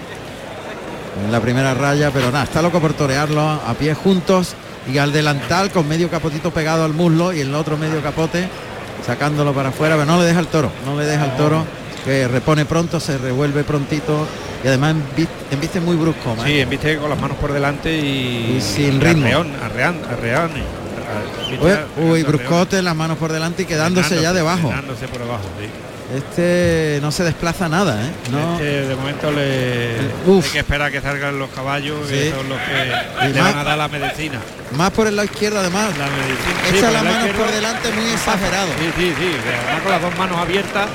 [SPEAKER 2] en la primera raya, pero nada, está loco por torearlo a pies juntos y al delantal con medio capotito pegado al muslo y el otro medio capote sacándolo para afuera, pero no le deja el toro, no le deja el toro, que repone pronto, se revuelve prontito y además envi- embiste muy brusco. maestro.
[SPEAKER 1] sí, viste con las manos por delante y,
[SPEAKER 2] Y sin
[SPEAKER 1] y
[SPEAKER 2] ritmo.
[SPEAKER 1] arreón, arreán, arreán,
[SPEAKER 2] Uy,
[SPEAKER 1] arreán,
[SPEAKER 2] uy,
[SPEAKER 1] arreón.
[SPEAKER 2] bruscote, las manos por delante y quedándose ya
[SPEAKER 1] Frenándose,
[SPEAKER 2] debajo.
[SPEAKER 1] frenándose por debajo, sí.
[SPEAKER 2] Este no se desplaza nada, ¿eh? No.
[SPEAKER 1] Este, de momento le
[SPEAKER 2] Uf.
[SPEAKER 1] hay que esperar a que salgan los caballos
[SPEAKER 2] Sí.
[SPEAKER 1] que son los
[SPEAKER 2] Y
[SPEAKER 1] que le
[SPEAKER 2] más-
[SPEAKER 1] van a dar la medicina.
[SPEAKER 2] Más por el lado izquierdo además.
[SPEAKER 1] La medicina.
[SPEAKER 2] Echa
[SPEAKER 1] Sí, por
[SPEAKER 2] las
[SPEAKER 1] el lado
[SPEAKER 2] manos por
[SPEAKER 1] izquierdo.
[SPEAKER 2] delante muy exagerado.
[SPEAKER 1] Sí, sí, sí, que además con las dos manos abiertas,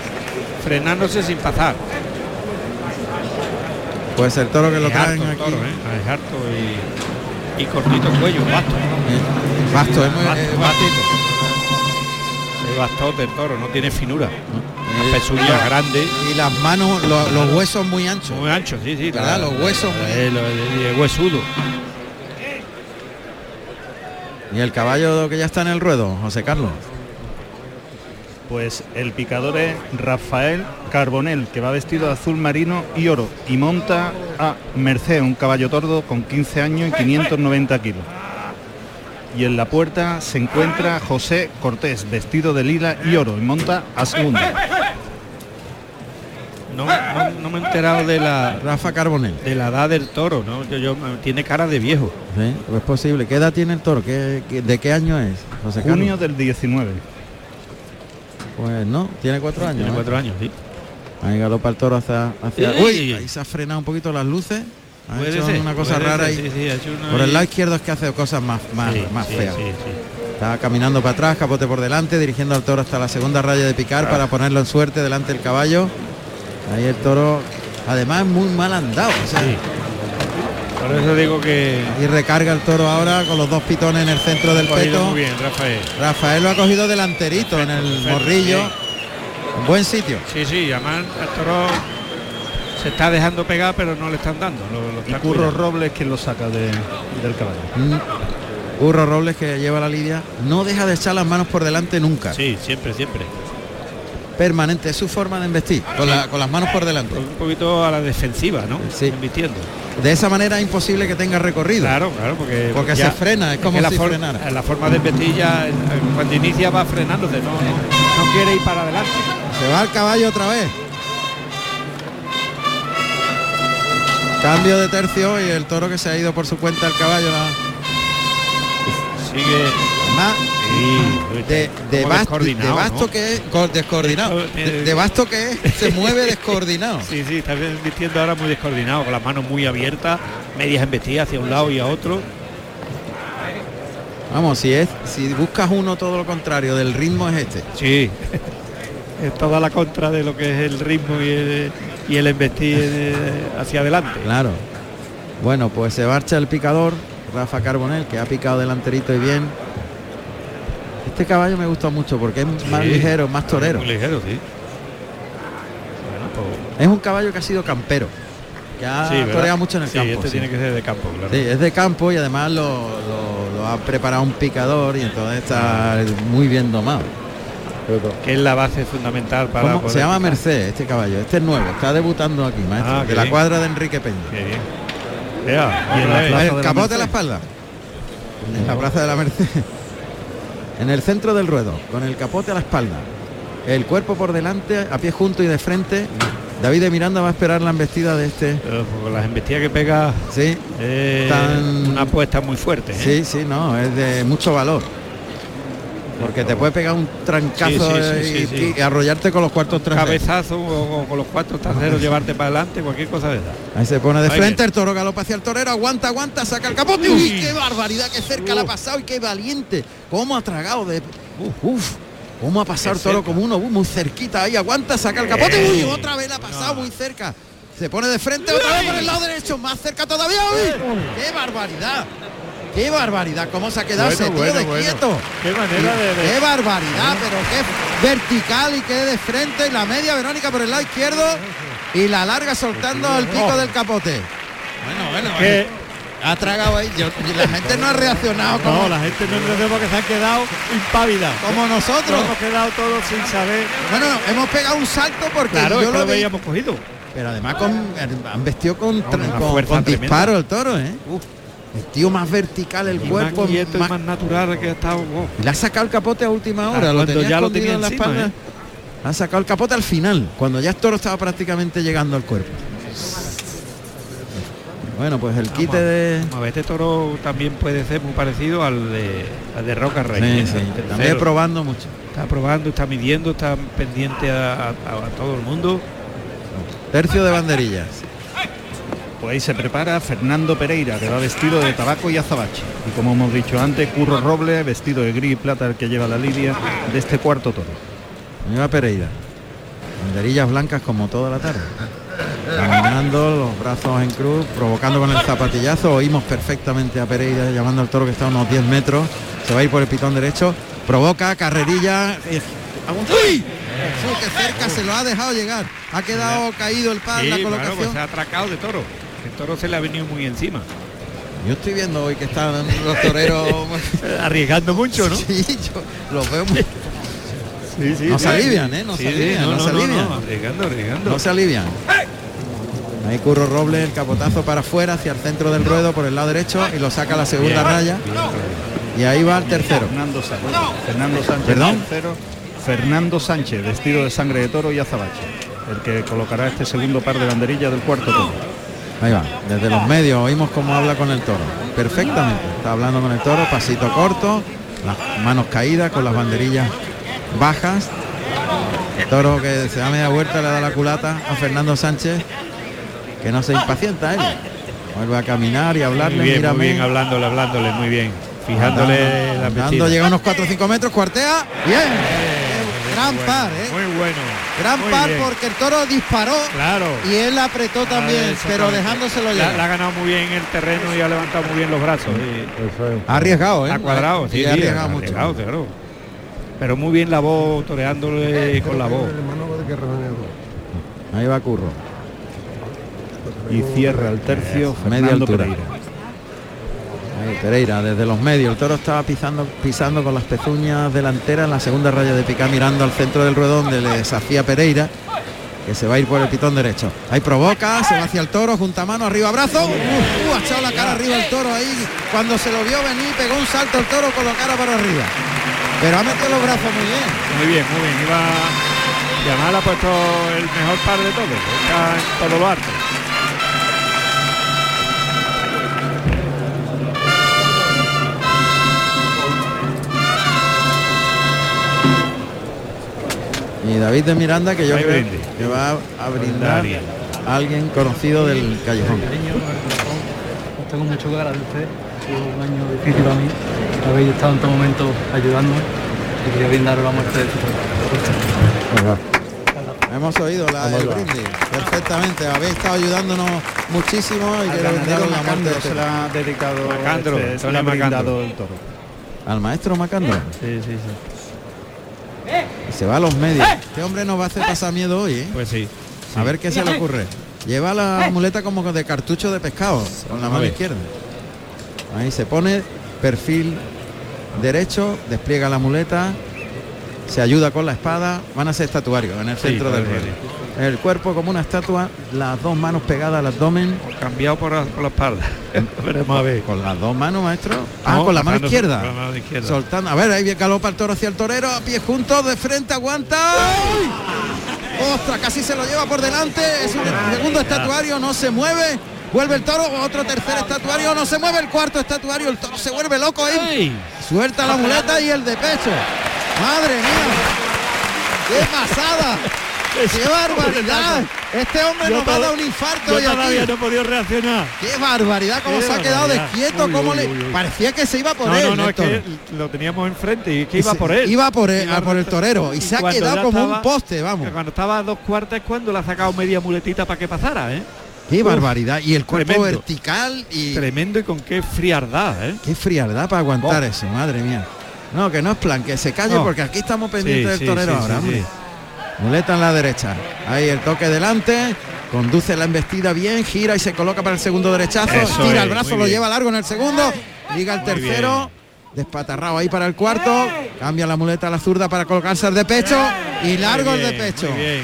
[SPEAKER 1] frenándose sin pasar.
[SPEAKER 2] Pues el toro que lo
[SPEAKER 1] Es harto
[SPEAKER 2] traen
[SPEAKER 1] el
[SPEAKER 2] aquí.
[SPEAKER 1] toro, ¿eh? Es harto y, y cortito el cuello, basto.
[SPEAKER 2] Eh, Basto, es muy
[SPEAKER 1] Basto,
[SPEAKER 2] eh,
[SPEAKER 1] basto.
[SPEAKER 2] bastito.
[SPEAKER 1] Es bastote el toro, no tiene finura.
[SPEAKER 2] Eh,
[SPEAKER 1] Una pezuña grande,
[SPEAKER 2] Y las manos, lo- los huesos muy anchos.
[SPEAKER 1] muy ancho, sí, sí.
[SPEAKER 2] ¿Verdad? Los huesos muy
[SPEAKER 1] Eh, lo- eh, huesudo.
[SPEAKER 2] Y el caballo que ya está en el ruedo, José Carlos.
[SPEAKER 3] Pues el picador es Rafael Carbonel, que va vestido de azul marino y oro y monta a Merced, un caballo tordo con 15 años y 590 kilos. Y en la puerta se encuentra José Cortés, vestido de lila y oro y monta a segunda.
[SPEAKER 1] No, no- no me he enterado de la,
[SPEAKER 2] Rafa Carbonel.
[SPEAKER 1] de la edad del toro, ¿no? Yo, yo- tiene cara de viejo.
[SPEAKER 2] ¿sí? Pues posible. ¿Qué edad tiene el toro? ¿Qué, qué- de qué año es? José Carlos?
[SPEAKER 3] Junio del 19.
[SPEAKER 2] Pues no, tiene cuatro años.
[SPEAKER 1] Ah, Tiene
[SPEAKER 2] ¿eh?
[SPEAKER 1] cuatro años, sí.
[SPEAKER 2] Ahí galopa el toro hacia... hacia-
[SPEAKER 1] Ey.
[SPEAKER 2] Uy, ahí se ha frenado un poquito las luces. Ha
[SPEAKER 1] Puede
[SPEAKER 2] hecho
[SPEAKER 1] ser,
[SPEAKER 2] una cosa
[SPEAKER 1] puede
[SPEAKER 2] rara
[SPEAKER 1] ser,
[SPEAKER 2] ahí.
[SPEAKER 1] sí, sí, ha hecho una
[SPEAKER 2] Por el
[SPEAKER 1] ahí.
[SPEAKER 2] lado izquierdo es que hace cosas más, más,
[SPEAKER 1] Sí,
[SPEAKER 2] más
[SPEAKER 1] sí,
[SPEAKER 2] feas.
[SPEAKER 1] sí, sí.
[SPEAKER 2] Está caminando para atrás, capote por delante, dirigiendo al toro hasta la segunda raya de picar
[SPEAKER 1] Ah.
[SPEAKER 2] para ponerlo en suerte delante del caballo. Ahí el toro, además muy mal andado. o sea,
[SPEAKER 1] Por eso digo que
[SPEAKER 2] Y recarga el toro ahora con los dos pitones en el centro del
[SPEAKER 1] ha cogido
[SPEAKER 2] peto.
[SPEAKER 1] muy bien, Rafael.
[SPEAKER 2] Rafael lo ha cogido delanterito en el
[SPEAKER 1] perfecto,
[SPEAKER 2] morrillo.
[SPEAKER 1] bien.
[SPEAKER 2] En buen sitio.
[SPEAKER 1] Sí, sí, además el toro se está dejando pegar, pero no le están dando. Lo, lo
[SPEAKER 3] Y
[SPEAKER 1] está
[SPEAKER 3] Curro
[SPEAKER 1] cuidando.
[SPEAKER 3] Robles quien lo saca de- del caballo.
[SPEAKER 2] Mm. Curro Robles que lleva la lidia. No deja de echar las manos por delante nunca.
[SPEAKER 1] Sí, siempre, siempre.
[SPEAKER 2] Permanente. Es su forma de investir. Con, la- con las manos por delante.
[SPEAKER 1] Un poquito a la defensiva, ¿no?
[SPEAKER 2] Sí.
[SPEAKER 1] Invirtiendo.
[SPEAKER 2] De esa manera es imposible que tenga recorrido.
[SPEAKER 1] Claro, claro, porque,
[SPEAKER 2] Porque se frena, es como
[SPEAKER 1] que la
[SPEAKER 2] si
[SPEAKER 1] for-
[SPEAKER 2] frenara.
[SPEAKER 1] La forma de vestir ya, eh, cuando inicia va frenándose, no, no, no quiere ir para adelante.
[SPEAKER 2] Se va el caballo otra vez. Cambio de tercio y el toro que se ha ido por su cuenta al caballo. la-
[SPEAKER 1] Sigue
[SPEAKER 2] Además,
[SPEAKER 1] sí,
[SPEAKER 2] de, de
[SPEAKER 1] como
[SPEAKER 2] bast-
[SPEAKER 1] descoordinado,
[SPEAKER 2] de basto
[SPEAKER 1] ¿no? eh,
[SPEAKER 2] que es, co- descoordinado. De, de basto que es, se mueve descoordinado.
[SPEAKER 1] Sí, sí, está bien vistiendo ahora muy descoordinado, con las manos muy abiertas, medias embestidas hacia un lado y a otro.
[SPEAKER 2] Vamos, si es, si buscas uno todo lo contrario del ritmo es este.
[SPEAKER 1] Sí. es toda la contra de lo que es el ritmo y el, y el embestir eh, hacia adelante.
[SPEAKER 2] Claro. Bueno, pues se marcha el picador, Rafa Carbonel, que ha picado delanterito y bien. Este caballo me gusta mucho porque es más
[SPEAKER 1] Sí.
[SPEAKER 2] ligero, más torero.
[SPEAKER 1] Muy ligero, sí. Bueno, pues,
[SPEAKER 2] Es un caballo que ha sido campero, que ha
[SPEAKER 1] sí, ¿verdad?
[SPEAKER 2] toreado Ah, mucho en el
[SPEAKER 1] Sí,
[SPEAKER 2] campo.
[SPEAKER 1] este
[SPEAKER 2] sí.
[SPEAKER 1] tiene que ser de campo, claro.
[SPEAKER 2] Sí, es de campo y además lo, lo- lo ha preparado un picador y entonces está muy bien domado.
[SPEAKER 1] que es la base fundamental para
[SPEAKER 2] ¿Cómo?
[SPEAKER 1] poder
[SPEAKER 2] Se llama
[SPEAKER 1] picar.
[SPEAKER 2] Mercedes este caballo, este es nuevo, está debutando aquí, maestro,
[SPEAKER 1] Ah, qué
[SPEAKER 2] de la
[SPEAKER 1] bien.
[SPEAKER 2] cuadra de Enrique Peña.
[SPEAKER 1] Qué bien. Vea,
[SPEAKER 3] Y en la
[SPEAKER 1] otra vez.
[SPEAKER 3] plaza-
[SPEAKER 2] Eh, El
[SPEAKER 3] de la
[SPEAKER 2] capote a
[SPEAKER 3] Merced.
[SPEAKER 2] la espalda. En la plaza de la Merced. En el centro del ruedo, con el capote a la espalda. El cuerpo por delante, a pie junto y de frente. David de Miranda va a esperar la embestida de este.
[SPEAKER 1] Eh, porque las embestidas que pega
[SPEAKER 2] Sí,
[SPEAKER 1] es
[SPEAKER 2] Tan-
[SPEAKER 1] una apuesta muy fuerte. ¿eh?
[SPEAKER 2] sí, sí, no, es de mucho valor. Porque te puede pegar un trancazo
[SPEAKER 1] Sí, sí, sí,
[SPEAKER 2] eh, y,
[SPEAKER 1] sí, sí.
[SPEAKER 2] y arrollarte con los cuartos tres.
[SPEAKER 1] Cabezazo o, o con los cuatro traseros llevarte para adelante, cualquier cosa de esa.
[SPEAKER 2] Ahí se pone de
[SPEAKER 1] Ahí
[SPEAKER 2] frente,
[SPEAKER 1] viene.
[SPEAKER 2] el toro galopa hacia el torero, aguanta, aguanta, saca el capote. ¡Uy, qué barbaridad! ¡Qué cerca la ha pasado y qué valiente! ¿Cómo ha tragado de. ¡Uf! uf. ¿Cómo ha pasado el
[SPEAKER 1] Qué
[SPEAKER 2] toro
[SPEAKER 1] cerca.
[SPEAKER 2] como uno? Muy cerquita ahí, aguanta, saca el capote. ¡Uy!
[SPEAKER 1] Ey.
[SPEAKER 2] Otra vez la ha pasado muy cerca. Se pone de frente otra vez por el lado derecho, más cerca todavía. ¡Uy! ¡Qué barbaridad! ¡Qué barbaridad! ¿Cómo se ha quedado ese tío de quieto?
[SPEAKER 1] Qué manera de, de-
[SPEAKER 2] ¡Qué barbaridad! Pero qué vertical y qué de frente. Y la media Verónica por el lado izquierdo. Y la larga soltando al pico del capote. Bueno, bueno,
[SPEAKER 1] que-
[SPEAKER 2] Ha tragado ahí. Yo- y la gente no ha reaccionado como,
[SPEAKER 3] No, la gente no entendemos porque se han quedado impávida.
[SPEAKER 2] como nosotros.
[SPEAKER 3] Hemos quedado todos sin saber.
[SPEAKER 2] Bueno, hemos pegado un salto porque
[SPEAKER 1] Claro,
[SPEAKER 2] yo
[SPEAKER 1] es que
[SPEAKER 2] lo
[SPEAKER 1] lo
[SPEAKER 2] vi.
[SPEAKER 1] veíamos cogido.
[SPEAKER 2] Pero además con, han vestido con, tra-
[SPEAKER 1] una
[SPEAKER 2] con,
[SPEAKER 1] fuerza
[SPEAKER 2] con
[SPEAKER 1] tremenda.
[SPEAKER 2] disparo el toro, ¿eh? el tío más vertical el
[SPEAKER 1] Y
[SPEAKER 2] cuerpo.
[SPEAKER 1] más quieto y
[SPEAKER 2] más-
[SPEAKER 1] más natural que ha estado. oh, wow.
[SPEAKER 2] Le ha sacado el capote a última hora,
[SPEAKER 1] Ah,
[SPEAKER 2] lo
[SPEAKER 1] cuando
[SPEAKER 2] tenía
[SPEAKER 1] ya lo
[SPEAKER 2] escondido
[SPEAKER 1] tenía
[SPEAKER 2] en la
[SPEAKER 1] encima,
[SPEAKER 2] espalda.
[SPEAKER 1] ¿eh?
[SPEAKER 2] Ha sacado el capote al final, cuando ya el toro estaba prácticamente llegando al cuerpo. Bueno, pues el quite de.
[SPEAKER 1] Vamos a ver, este toro también puede ser muy parecido al de, al de Roca Rey.
[SPEAKER 2] Sí,
[SPEAKER 1] ¿eh?
[SPEAKER 2] sí,
[SPEAKER 1] Al tercero.
[SPEAKER 2] También probando mucho.
[SPEAKER 1] Está probando, está midiendo, está pendiente a, a- a todo el mundo.
[SPEAKER 2] Tercio de banderillas.
[SPEAKER 3] Pues ahí se prepara Fernando Pereira, que va vestido de tabaco y azabache. Y como hemos dicho antes, Curro Roble, vestido de gris y plata, el que lleva la lidia de este cuarto toro.
[SPEAKER 2] Mira Pereira. Banderillas blancas como toda la tarde. Caminando, los brazos en cruz, provocando con el zapatillazo. Oímos perfectamente a Pereira llamando al toro que está a unos 10 metros. Se va a ir por el pitón derecho. Provoca, carrerilla. eh, aguanta. ¡Uy! Jesús, ¡Qué cerca se lo ha dejado llegar! Ha quedado caído el par,
[SPEAKER 1] Sí,
[SPEAKER 2] Ah, la
[SPEAKER 1] claro, pues
[SPEAKER 2] colocación.
[SPEAKER 1] se ha atracado de toro. El toro se le ha venido muy encima.
[SPEAKER 2] Yo estoy viendo hoy que están los toreros.
[SPEAKER 1] Arriesgando mucho, ¿no?
[SPEAKER 2] Sí, yo los veo muy...
[SPEAKER 1] Sí, sí,
[SPEAKER 2] No se
[SPEAKER 1] sí.
[SPEAKER 2] alivian, ¿eh? No se alivian, no se alivian.
[SPEAKER 1] arriesgando, arriesgando.
[SPEAKER 2] No se alivian. Ahí Curro Robles, el capotazo para afuera, hacia el centro del ruedo por el lado derecho y lo saca a la segunda raya. Y ahí va el tercero.
[SPEAKER 3] Fernando Sánchez. Fernando Sánchez.
[SPEAKER 2] ¿Perdón?
[SPEAKER 3] tercero. Fernando Sánchez, vestido de sangre de toro y azabache. El que colocará este segundo par de banderillas del cuarto toro.
[SPEAKER 2] Ahí va, desde los medios oímos cómo habla con el toro. Perfectamente, está hablando con el toro, pasito corto, las manos caídas con las banderillas bajas. El toro que se da media vuelta, le da la culata a Fernando Sánchez, que no se impacienta él. Vuelve a caminar y a
[SPEAKER 1] Muy
[SPEAKER 2] hablarle,
[SPEAKER 1] bien, muy
[SPEAKER 2] mírame.
[SPEAKER 1] bien, hablándole, hablándole, muy bien. fijándole la
[SPEAKER 2] Fernando
[SPEAKER 1] metida.
[SPEAKER 2] llega a unos 4 o 5 metros, cuartea. Bien. Qué gran
[SPEAKER 1] Bueno,
[SPEAKER 2] par, ¿eh?
[SPEAKER 1] Muy bueno.
[SPEAKER 2] Gran
[SPEAKER 1] muy
[SPEAKER 2] par
[SPEAKER 1] bien.
[SPEAKER 2] porque el toro disparó
[SPEAKER 1] Claro.
[SPEAKER 2] y él apretó
[SPEAKER 1] Ah,
[SPEAKER 2] también, pero
[SPEAKER 1] exactamente.
[SPEAKER 2] dejándoselo
[SPEAKER 1] La,
[SPEAKER 2] ya.
[SPEAKER 1] la ha ganado muy bien el terreno y ha levantado muy bien los brazos. y-
[SPEAKER 7] Eso es.
[SPEAKER 2] Arriesgado, ¿eh?
[SPEAKER 1] Ha cuadrado,
[SPEAKER 2] Sí,
[SPEAKER 1] sí, sí,
[SPEAKER 2] ha arriesgado
[SPEAKER 1] ha
[SPEAKER 2] mucho.
[SPEAKER 1] arriesgado, claro. Pero muy bien la voz, toreándole con la voz.
[SPEAKER 7] El monólogo de Guerrero Negro.
[SPEAKER 2] Ahí va Curro.
[SPEAKER 3] Y cierra el tercio
[SPEAKER 2] Media
[SPEAKER 3] Fernando
[SPEAKER 2] altura.
[SPEAKER 3] Pereira.
[SPEAKER 2] Ahí, Pereira, desde los medios. El toro estaba pisando, pisando con las pezuñas delanteras en la segunda raya de picar, mirando al centro del ruedo donde le desafía Pereira, que se va a ir por el pitón derecho. Ahí provoca, se va hacia el toro, junta mano, arriba brazo. Uh, uh, ha echado la cara arriba el toro ahí. Cuando se lo vio venir, pegó un salto el toro con la cara para arriba. Pero ha metido los brazos muy bien.
[SPEAKER 1] Muy bien, muy bien. Iba. Y además le ha puesto el mejor par de todos. Está en todo lo alto.
[SPEAKER 2] Y David de Miranda, que yo
[SPEAKER 1] Ahí
[SPEAKER 2] creo
[SPEAKER 1] brinde.
[SPEAKER 2] que va a brindar
[SPEAKER 1] Brindar.
[SPEAKER 2] a alguien conocido del callejón.
[SPEAKER 9] Os tengo mucho que agradecer, ha sido un año difícil para mí, habéis estado en todo momento ayudándome y quería brindaros la muerte de tu
[SPEAKER 2] Hemos oído la, el brindis perfectamente. Habéis estado ayudándonos muchísimo y quiero brindaros la muerte de
[SPEAKER 3] se
[SPEAKER 2] este-
[SPEAKER 3] la ha dedicado
[SPEAKER 1] Macandro,
[SPEAKER 3] este, se
[SPEAKER 1] Antonio
[SPEAKER 3] la ha brindado
[SPEAKER 1] Macandro.
[SPEAKER 3] el toro.
[SPEAKER 2] al maestro Macandro.
[SPEAKER 9] Sí, sí, sí.
[SPEAKER 2] Y Se va a los medios. Este hombre nos va a hacer pasar miedo hoy. ¿eh?
[SPEAKER 1] Pues sí.
[SPEAKER 2] A ver qué se le ocurre. Lleva la muleta como de cartucho de pescado con la mano
[SPEAKER 1] ver.
[SPEAKER 2] izquierda. Ahí se pone perfil derecho, despliega la muleta, se ayuda con la espada. Van a ser estatuarios en el
[SPEAKER 1] Sí,
[SPEAKER 2] centro del
[SPEAKER 1] sí,
[SPEAKER 2] ruedo. El cuerpo como una estatua, las dos manos pegadas al abdomen.
[SPEAKER 1] Cambiado por, la- por la espalda. Veremos a ver.
[SPEAKER 2] Con las dos manos, maestro. Ah,
[SPEAKER 1] No,
[SPEAKER 2] con la mano
[SPEAKER 1] bajando-
[SPEAKER 2] izquierda.
[SPEAKER 1] Con la mano izquierda.
[SPEAKER 2] Soltando. A ver, ahí viene galopa el toro hacia el torero. A pie juntos, de frente, aguanta. ¡Ay! ¡Ostras! Casi se lo lleva por delante. Es un segundo estatuario, no se mueve. Vuelve el toro, otro tercer estatuario, no se mueve el cuarto estatuario, el toro se vuelve loco ahí.
[SPEAKER 1] ¡Ay!
[SPEAKER 2] Suelta la muleta y el de pecho. Madre mía. ¡Qué pasada! ¡Qué barbaridad! Este hombre
[SPEAKER 1] Yo
[SPEAKER 2] nos va a
[SPEAKER 1] todo-
[SPEAKER 2] dar un infarto
[SPEAKER 1] Yo
[SPEAKER 2] hoy aquí.
[SPEAKER 1] todavía no he podido reaccionar.
[SPEAKER 2] ¡Qué barbaridad! ¿Cómo
[SPEAKER 1] Qué
[SPEAKER 2] se ha quedado
[SPEAKER 1] barbaridad.
[SPEAKER 2] despieto?
[SPEAKER 1] Uy,
[SPEAKER 2] ¿Cómo
[SPEAKER 1] uy,
[SPEAKER 2] le...
[SPEAKER 1] uy, uy.
[SPEAKER 2] Parecía que se iba por
[SPEAKER 1] No,
[SPEAKER 2] él.
[SPEAKER 1] no, no,
[SPEAKER 2] el
[SPEAKER 1] es que
[SPEAKER 2] toro.
[SPEAKER 1] lo teníamos enfrente y es que
[SPEAKER 2] Y
[SPEAKER 1] iba
[SPEAKER 2] se-
[SPEAKER 1] por él.
[SPEAKER 2] Iba por él,
[SPEAKER 1] Iba
[SPEAKER 2] a por el torero. Y se ha
[SPEAKER 1] cuando
[SPEAKER 2] quedado
[SPEAKER 1] ya
[SPEAKER 2] como un
[SPEAKER 1] estaba-
[SPEAKER 2] poste, vamos.
[SPEAKER 1] Cuando estaba a dos cuartas es cuando le ha sacado media muletita para que pasara, ¿eh?
[SPEAKER 2] ¡Qué barbaridad! Y el cuerpo
[SPEAKER 1] tremendo.
[SPEAKER 2] vertical y...
[SPEAKER 1] Tremendo y con qué frialdad, ¿eh?
[SPEAKER 2] ¡Qué frialdad para aguantar
[SPEAKER 1] Oh.
[SPEAKER 2] eso! ¡Madre mía! No, que no es plan, que se calle
[SPEAKER 1] No.
[SPEAKER 2] porque aquí estamos pendientes
[SPEAKER 1] Oh. Sí,
[SPEAKER 2] del torero
[SPEAKER 1] sí, sí,
[SPEAKER 2] ahora.
[SPEAKER 1] sí,
[SPEAKER 2] hombre.
[SPEAKER 1] sí.
[SPEAKER 2] Muleta en la derecha. Ahí el toque delante. Conduce la embestida bien, gira y se coloca para el segundo derechazo.
[SPEAKER 1] Eso
[SPEAKER 2] tira
[SPEAKER 1] es,
[SPEAKER 2] el brazo,
[SPEAKER 1] muy
[SPEAKER 2] lo
[SPEAKER 1] bien.
[SPEAKER 2] lleva largo en el segundo. Liga el tercero. Despatarrado ahí para el cuarto. Cambia la muleta a la zurda para colocarse al de pecho. Y largo
[SPEAKER 1] Muy
[SPEAKER 2] el de
[SPEAKER 1] bien,
[SPEAKER 2] pecho.
[SPEAKER 1] muy bien.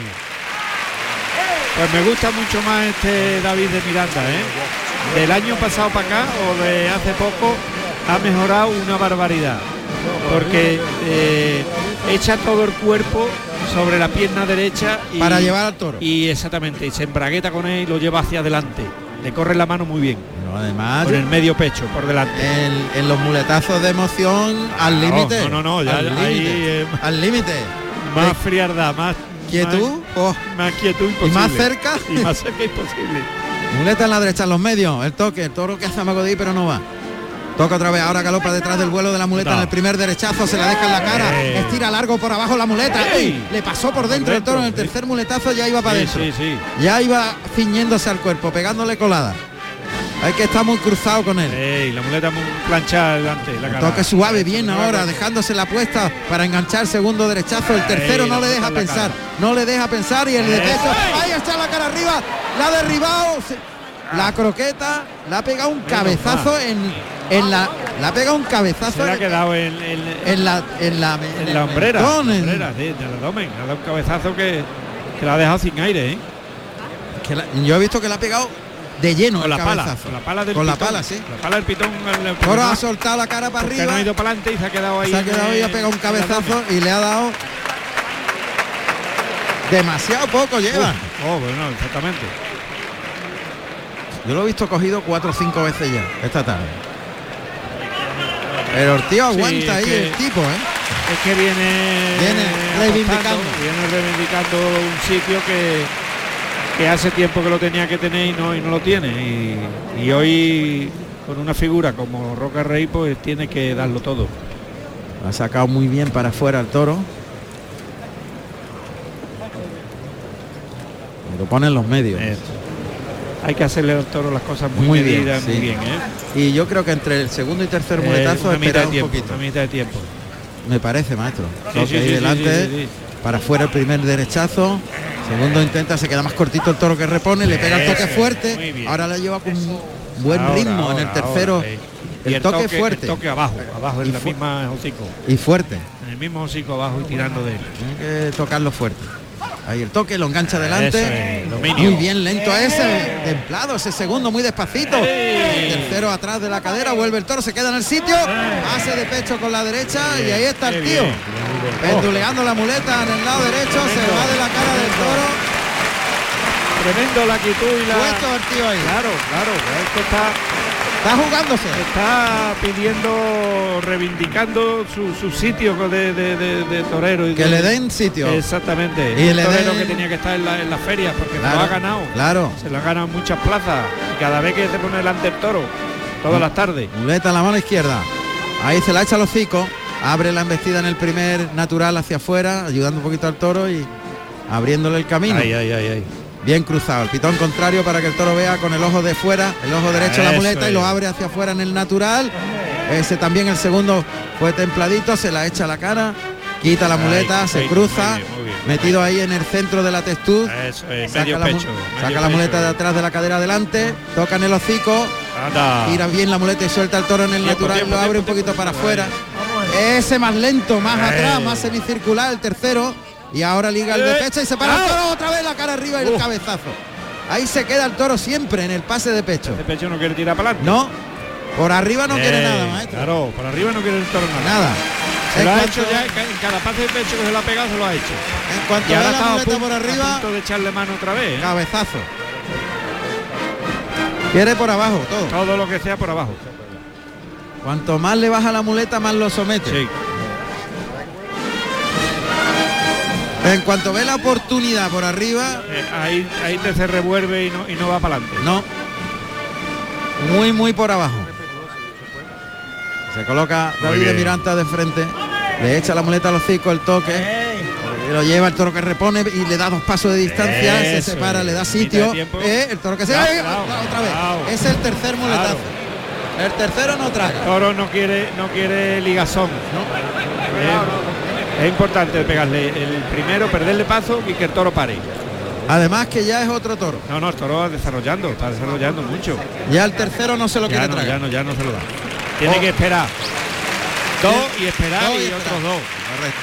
[SPEAKER 1] Pues me gusta mucho más este David de Miranda, ¿eh? Del año pasado para acá o de hace poco ha mejorado una barbaridad. Porque eh, echa todo el cuerpo sobre la pierna derecha y,
[SPEAKER 2] Para llevar al toro.
[SPEAKER 1] y exactamente, y se embragueta con él y lo lleva hacia adelante. Le corre la mano muy bien,
[SPEAKER 2] Pero además,
[SPEAKER 1] con el medio pecho, por delante.
[SPEAKER 2] en, en los muletazos de emoción al
[SPEAKER 1] Claro,
[SPEAKER 2] límite.
[SPEAKER 1] no, no, no, ya-
[SPEAKER 2] al
[SPEAKER 1] ahí,
[SPEAKER 2] límite.
[SPEAKER 1] eh,
[SPEAKER 2] al límite.
[SPEAKER 1] Más frialdad, más
[SPEAKER 2] eh, Quietud. Oh.
[SPEAKER 1] más, más quietud imposible.
[SPEAKER 2] más cerca.
[SPEAKER 1] Y más cerca imposible.
[SPEAKER 2] Muleta en la derecha, en los medios, el toque, el toro que hace amago de ahí, pero no va. Toca otra vez, ahora galopa detrás del vuelo de la muleta
[SPEAKER 1] No.
[SPEAKER 2] en el primer derechazo, se la deja en la cara,
[SPEAKER 1] ¡Eh!
[SPEAKER 2] estira largo por abajo la muleta,
[SPEAKER 1] ¡Ey!
[SPEAKER 2] ¡uy! le pasó por dentro el toro en el tercer muletazo, ya iba para
[SPEAKER 1] Sí,
[SPEAKER 2] adentro.
[SPEAKER 1] sí, sí.
[SPEAKER 2] Ya iba ciñéndose al cuerpo, pegándole colada. Hay que estar muy cruzado con él.
[SPEAKER 1] Ey, la muleta muy planchada delante. La cara.
[SPEAKER 2] Toque suave bien
[SPEAKER 1] Suave.
[SPEAKER 2] ahora, dejándose la puesta para enganchar el segundo derechazo. El tercero
[SPEAKER 1] Ahí,
[SPEAKER 2] no
[SPEAKER 1] la
[SPEAKER 2] le deja
[SPEAKER 1] puesta en la
[SPEAKER 2] pensar,
[SPEAKER 1] cara.
[SPEAKER 2] no le deja pensar y el de
[SPEAKER 1] Eso.
[SPEAKER 2] pecho, ahí está la cara arriba, la ha derribado, se-
[SPEAKER 1] Ah.
[SPEAKER 2] la croqueta, la ha pegado un cabezazo en, en la, la ha pegado un
[SPEAKER 1] Se
[SPEAKER 2] cabezazo
[SPEAKER 1] le ha
[SPEAKER 2] en,
[SPEAKER 1] quedado en, en-
[SPEAKER 2] en la en la en
[SPEAKER 1] en
[SPEAKER 2] el
[SPEAKER 1] la hombrera.
[SPEAKER 2] mentón, en-
[SPEAKER 1] la hombrera, sí, en el abdomen. Le ha dado un cabezazo que, que la ha dejado sin aire, ¿eh?
[SPEAKER 2] que la- yo he visto que la ha pegado de lleno
[SPEAKER 1] Con
[SPEAKER 2] el
[SPEAKER 1] la pala.
[SPEAKER 2] cabezazo.
[SPEAKER 1] Con la pala del
[SPEAKER 2] Con la
[SPEAKER 1] pitón.
[SPEAKER 2] pala, sí.
[SPEAKER 1] La pala del pitón. el- el-
[SPEAKER 2] Ahora ha
[SPEAKER 1] porque
[SPEAKER 2] soltado la cara para
[SPEAKER 1] no ha
[SPEAKER 2] arriba.
[SPEAKER 1] ido para adelante y se ha quedado ahí.
[SPEAKER 2] Se ha
[SPEAKER 1] en
[SPEAKER 2] quedado y
[SPEAKER 1] el-
[SPEAKER 2] ha pegado un
[SPEAKER 1] en el abdomen.
[SPEAKER 2] cabezazo y le ha dado demasiado poco lleva.
[SPEAKER 1] Uf, Oh, bueno, exactamente.
[SPEAKER 2] Yo lo he visto cogido cuatro o cinco veces ya esta tarde. Pero el tío
[SPEAKER 1] Sí,
[SPEAKER 2] aguanta ahí
[SPEAKER 1] es que-
[SPEAKER 2] el tipo, ¿eh?
[SPEAKER 1] Es que viene.
[SPEAKER 2] Viene reivindicando.
[SPEAKER 1] apostando, Viene reivindicando un sitio que, que hace tiempo que lo tenía que tener y no, y no lo tiene. Y, y hoy con una figura como Roca Rey, pues tiene que darlo todo.
[SPEAKER 2] Ha sacado muy bien para afuera el toro. Me lo ponen los medios.
[SPEAKER 1] Eh, hay que hacerle al toro las cosas muy,
[SPEAKER 2] Muy bien,
[SPEAKER 1] medidas,
[SPEAKER 2] sí.
[SPEAKER 1] muy bien, ¿eh?
[SPEAKER 2] Y yo creo que entre el segundo y tercer
[SPEAKER 1] Eh,
[SPEAKER 2] muletazo
[SPEAKER 1] una
[SPEAKER 2] ha
[SPEAKER 1] mitad de
[SPEAKER 2] esperado un
[SPEAKER 1] tiempo,
[SPEAKER 2] poquito.
[SPEAKER 1] una mitad de tiempo.
[SPEAKER 2] Me parece, maestro.
[SPEAKER 1] Sí,
[SPEAKER 2] Lo
[SPEAKER 1] sí,
[SPEAKER 2] que hay
[SPEAKER 1] sí, sí,
[SPEAKER 2] delante,
[SPEAKER 1] sí, sí, sí.
[SPEAKER 2] para afuera el primer derechazo. Segundo intenta, se queda más cortito el toro que repone, le pega el toque
[SPEAKER 1] Eso, muy
[SPEAKER 2] fuerte.
[SPEAKER 1] bien.
[SPEAKER 2] Ahora la lleva con un buen
[SPEAKER 1] Ahora,
[SPEAKER 2] ritmo
[SPEAKER 1] ahora,
[SPEAKER 2] en el tercero.
[SPEAKER 1] ahora, eh. Y
[SPEAKER 2] el, toque, fuerte
[SPEAKER 1] El toque abajo, abajo,
[SPEAKER 2] Y
[SPEAKER 1] en la
[SPEAKER 2] fu-
[SPEAKER 1] misma hocico.
[SPEAKER 2] y fuerte.
[SPEAKER 1] En el mismo hocico abajo y tirando de él.
[SPEAKER 2] Tiene que tocarlo fuerte. Ahí el toque, lo engancha adelante.
[SPEAKER 1] Eso es, dominio.
[SPEAKER 2] muy bien lento ese, templado ese segundo, muy despacito. El tercero atrás de la cadera, vuelve el toro, se queda en el sitio, hace de pecho con la derecha y ahí está el
[SPEAKER 1] qué
[SPEAKER 2] tío.
[SPEAKER 1] bien.
[SPEAKER 2] Penduleando la muleta en el lado derecho, se va de la cara del toro.
[SPEAKER 1] Tremendo la actitud y la.
[SPEAKER 2] Puesto el tío ahí.
[SPEAKER 1] Claro, claro, esto está,
[SPEAKER 2] Está jugándose.
[SPEAKER 1] está pidiendo, reivindicando su, su sitio de, de- de- de torero. y
[SPEAKER 2] Que
[SPEAKER 1] de-
[SPEAKER 2] le den sitio.
[SPEAKER 1] Exactamente.
[SPEAKER 2] Y
[SPEAKER 1] Un
[SPEAKER 2] le
[SPEAKER 1] torero
[SPEAKER 2] den-
[SPEAKER 1] que tenía que estar en, la- en las ferias porque se lo ha ganado.
[SPEAKER 2] Claro.
[SPEAKER 1] Se lo ha ganado en muchas plazas. Y cada vez que se pone delante el toro, todas las tardes.
[SPEAKER 2] Muleta en la mano izquierda. Ahí se la echa los hocico. Abre la embestida en el primer natural hacia afuera, ayudando un poquito al toro y abriéndole el camino.
[SPEAKER 1] Ay, ay, ay, ay.
[SPEAKER 2] Bien cruzado. El pitón contrario para que el toro vea con el ojo de fuera, el ojo derecho a la
[SPEAKER 1] Eso
[SPEAKER 2] muleta y
[SPEAKER 1] es.
[SPEAKER 2] lo abre hacia afuera en el natural. Ese también el segundo fue templadito, se la echa a la cara, quita la
[SPEAKER 1] Ahí,
[SPEAKER 2] muleta, se
[SPEAKER 1] perfecto,
[SPEAKER 2] cruza,
[SPEAKER 1] muy bien, muy bien, muy
[SPEAKER 2] metido ahí en el centro de la textud.
[SPEAKER 1] Eso es,
[SPEAKER 2] Saca
[SPEAKER 1] medio
[SPEAKER 2] la, mu-
[SPEAKER 1] pecho. medio
[SPEAKER 2] saca la muleta de
[SPEAKER 1] pecho.
[SPEAKER 2] atrás de la cadera adelante, toca en el hocico,
[SPEAKER 1] Anda.
[SPEAKER 2] Tira bien la muleta y suelta el toro en el
[SPEAKER 1] Tiempo,
[SPEAKER 2] natural,
[SPEAKER 1] tiempo,
[SPEAKER 2] lo abre
[SPEAKER 1] tiempo,
[SPEAKER 2] un poquito
[SPEAKER 1] tiempo.
[SPEAKER 2] para afuera. Ese más lento, más
[SPEAKER 1] Eh.
[SPEAKER 2] atrás, más semicircular, el tercero. Y ahora liga el de
[SPEAKER 1] Eh.
[SPEAKER 2] pecho y se para el
[SPEAKER 1] Ah.
[SPEAKER 2] toro otra vez, la cara arriba y el
[SPEAKER 1] Uf.
[SPEAKER 2] cabezazo. Ahí se queda el toro siempre en el pase de pecho.
[SPEAKER 1] El pecho no quiere tirar para adelante.
[SPEAKER 2] No, por arriba no quiere
[SPEAKER 1] Eh,
[SPEAKER 2] nada, maestro.
[SPEAKER 1] Claro, por arriba no quiere el toro nada.
[SPEAKER 2] Nada.
[SPEAKER 1] Se
[SPEAKER 2] En
[SPEAKER 1] lo ha
[SPEAKER 2] cuanto-
[SPEAKER 1] hecho ya, en ca- en cada pase de pecho que se lo ha pegado se lo ha hecho.
[SPEAKER 2] En cuanto
[SPEAKER 1] Y
[SPEAKER 2] ve
[SPEAKER 1] ahora
[SPEAKER 2] la
[SPEAKER 1] está a
[SPEAKER 2] muleta
[SPEAKER 1] punto,
[SPEAKER 2] por
[SPEAKER 1] a
[SPEAKER 2] arriba,
[SPEAKER 1] punto de echarle mano otra vez. ¿eh?
[SPEAKER 2] cabezazo. Quiere por abajo todo.
[SPEAKER 1] Todo lo que sea por abajo.
[SPEAKER 2] Cuanto más le baja la muleta, más lo somete.
[SPEAKER 1] Sí.
[SPEAKER 2] En cuanto ve la oportunidad por arriba,
[SPEAKER 1] Eh, ahí, ahí te se revuelve y no, y no va para adelante.
[SPEAKER 2] No. Muy, muy por abajo. Se coloca
[SPEAKER 1] Muy
[SPEAKER 2] David de
[SPEAKER 1] bien.
[SPEAKER 2] Miranda de frente. Le echa la muleta a los cinco el toque. y Lo lleva el toro que repone y le da dos pasos de distancia. Se
[SPEAKER 1] Eso,
[SPEAKER 2] separa, le da
[SPEAKER 1] mitad de
[SPEAKER 2] sitio.
[SPEAKER 1] tiempo.
[SPEAKER 2] Eh, el toro que se.
[SPEAKER 1] Claro,
[SPEAKER 2] ¡Ay!
[SPEAKER 1] claro,
[SPEAKER 2] otra vez.
[SPEAKER 1] claro.
[SPEAKER 2] Es el tercer muletazo. El tercero no traga.
[SPEAKER 1] Toro no quiere, no quiere ligazón. Eh, es importante pegarle el primero, perderle paso y que el toro pare.
[SPEAKER 2] Además que ya es otro toro.
[SPEAKER 1] No, no, el toro va desarrollando, está desarrollando mucho.
[SPEAKER 2] Ya el tercero no se lo
[SPEAKER 1] Ya
[SPEAKER 2] quiere
[SPEAKER 1] no, ya
[SPEAKER 2] tragar.
[SPEAKER 1] no, ya no se lo da. Tiene
[SPEAKER 2] Oh.
[SPEAKER 1] que esperar. Dos y esperar
[SPEAKER 2] Dos
[SPEAKER 1] y,
[SPEAKER 2] y esperar.
[SPEAKER 1] otros dos.
[SPEAKER 2] Correcto.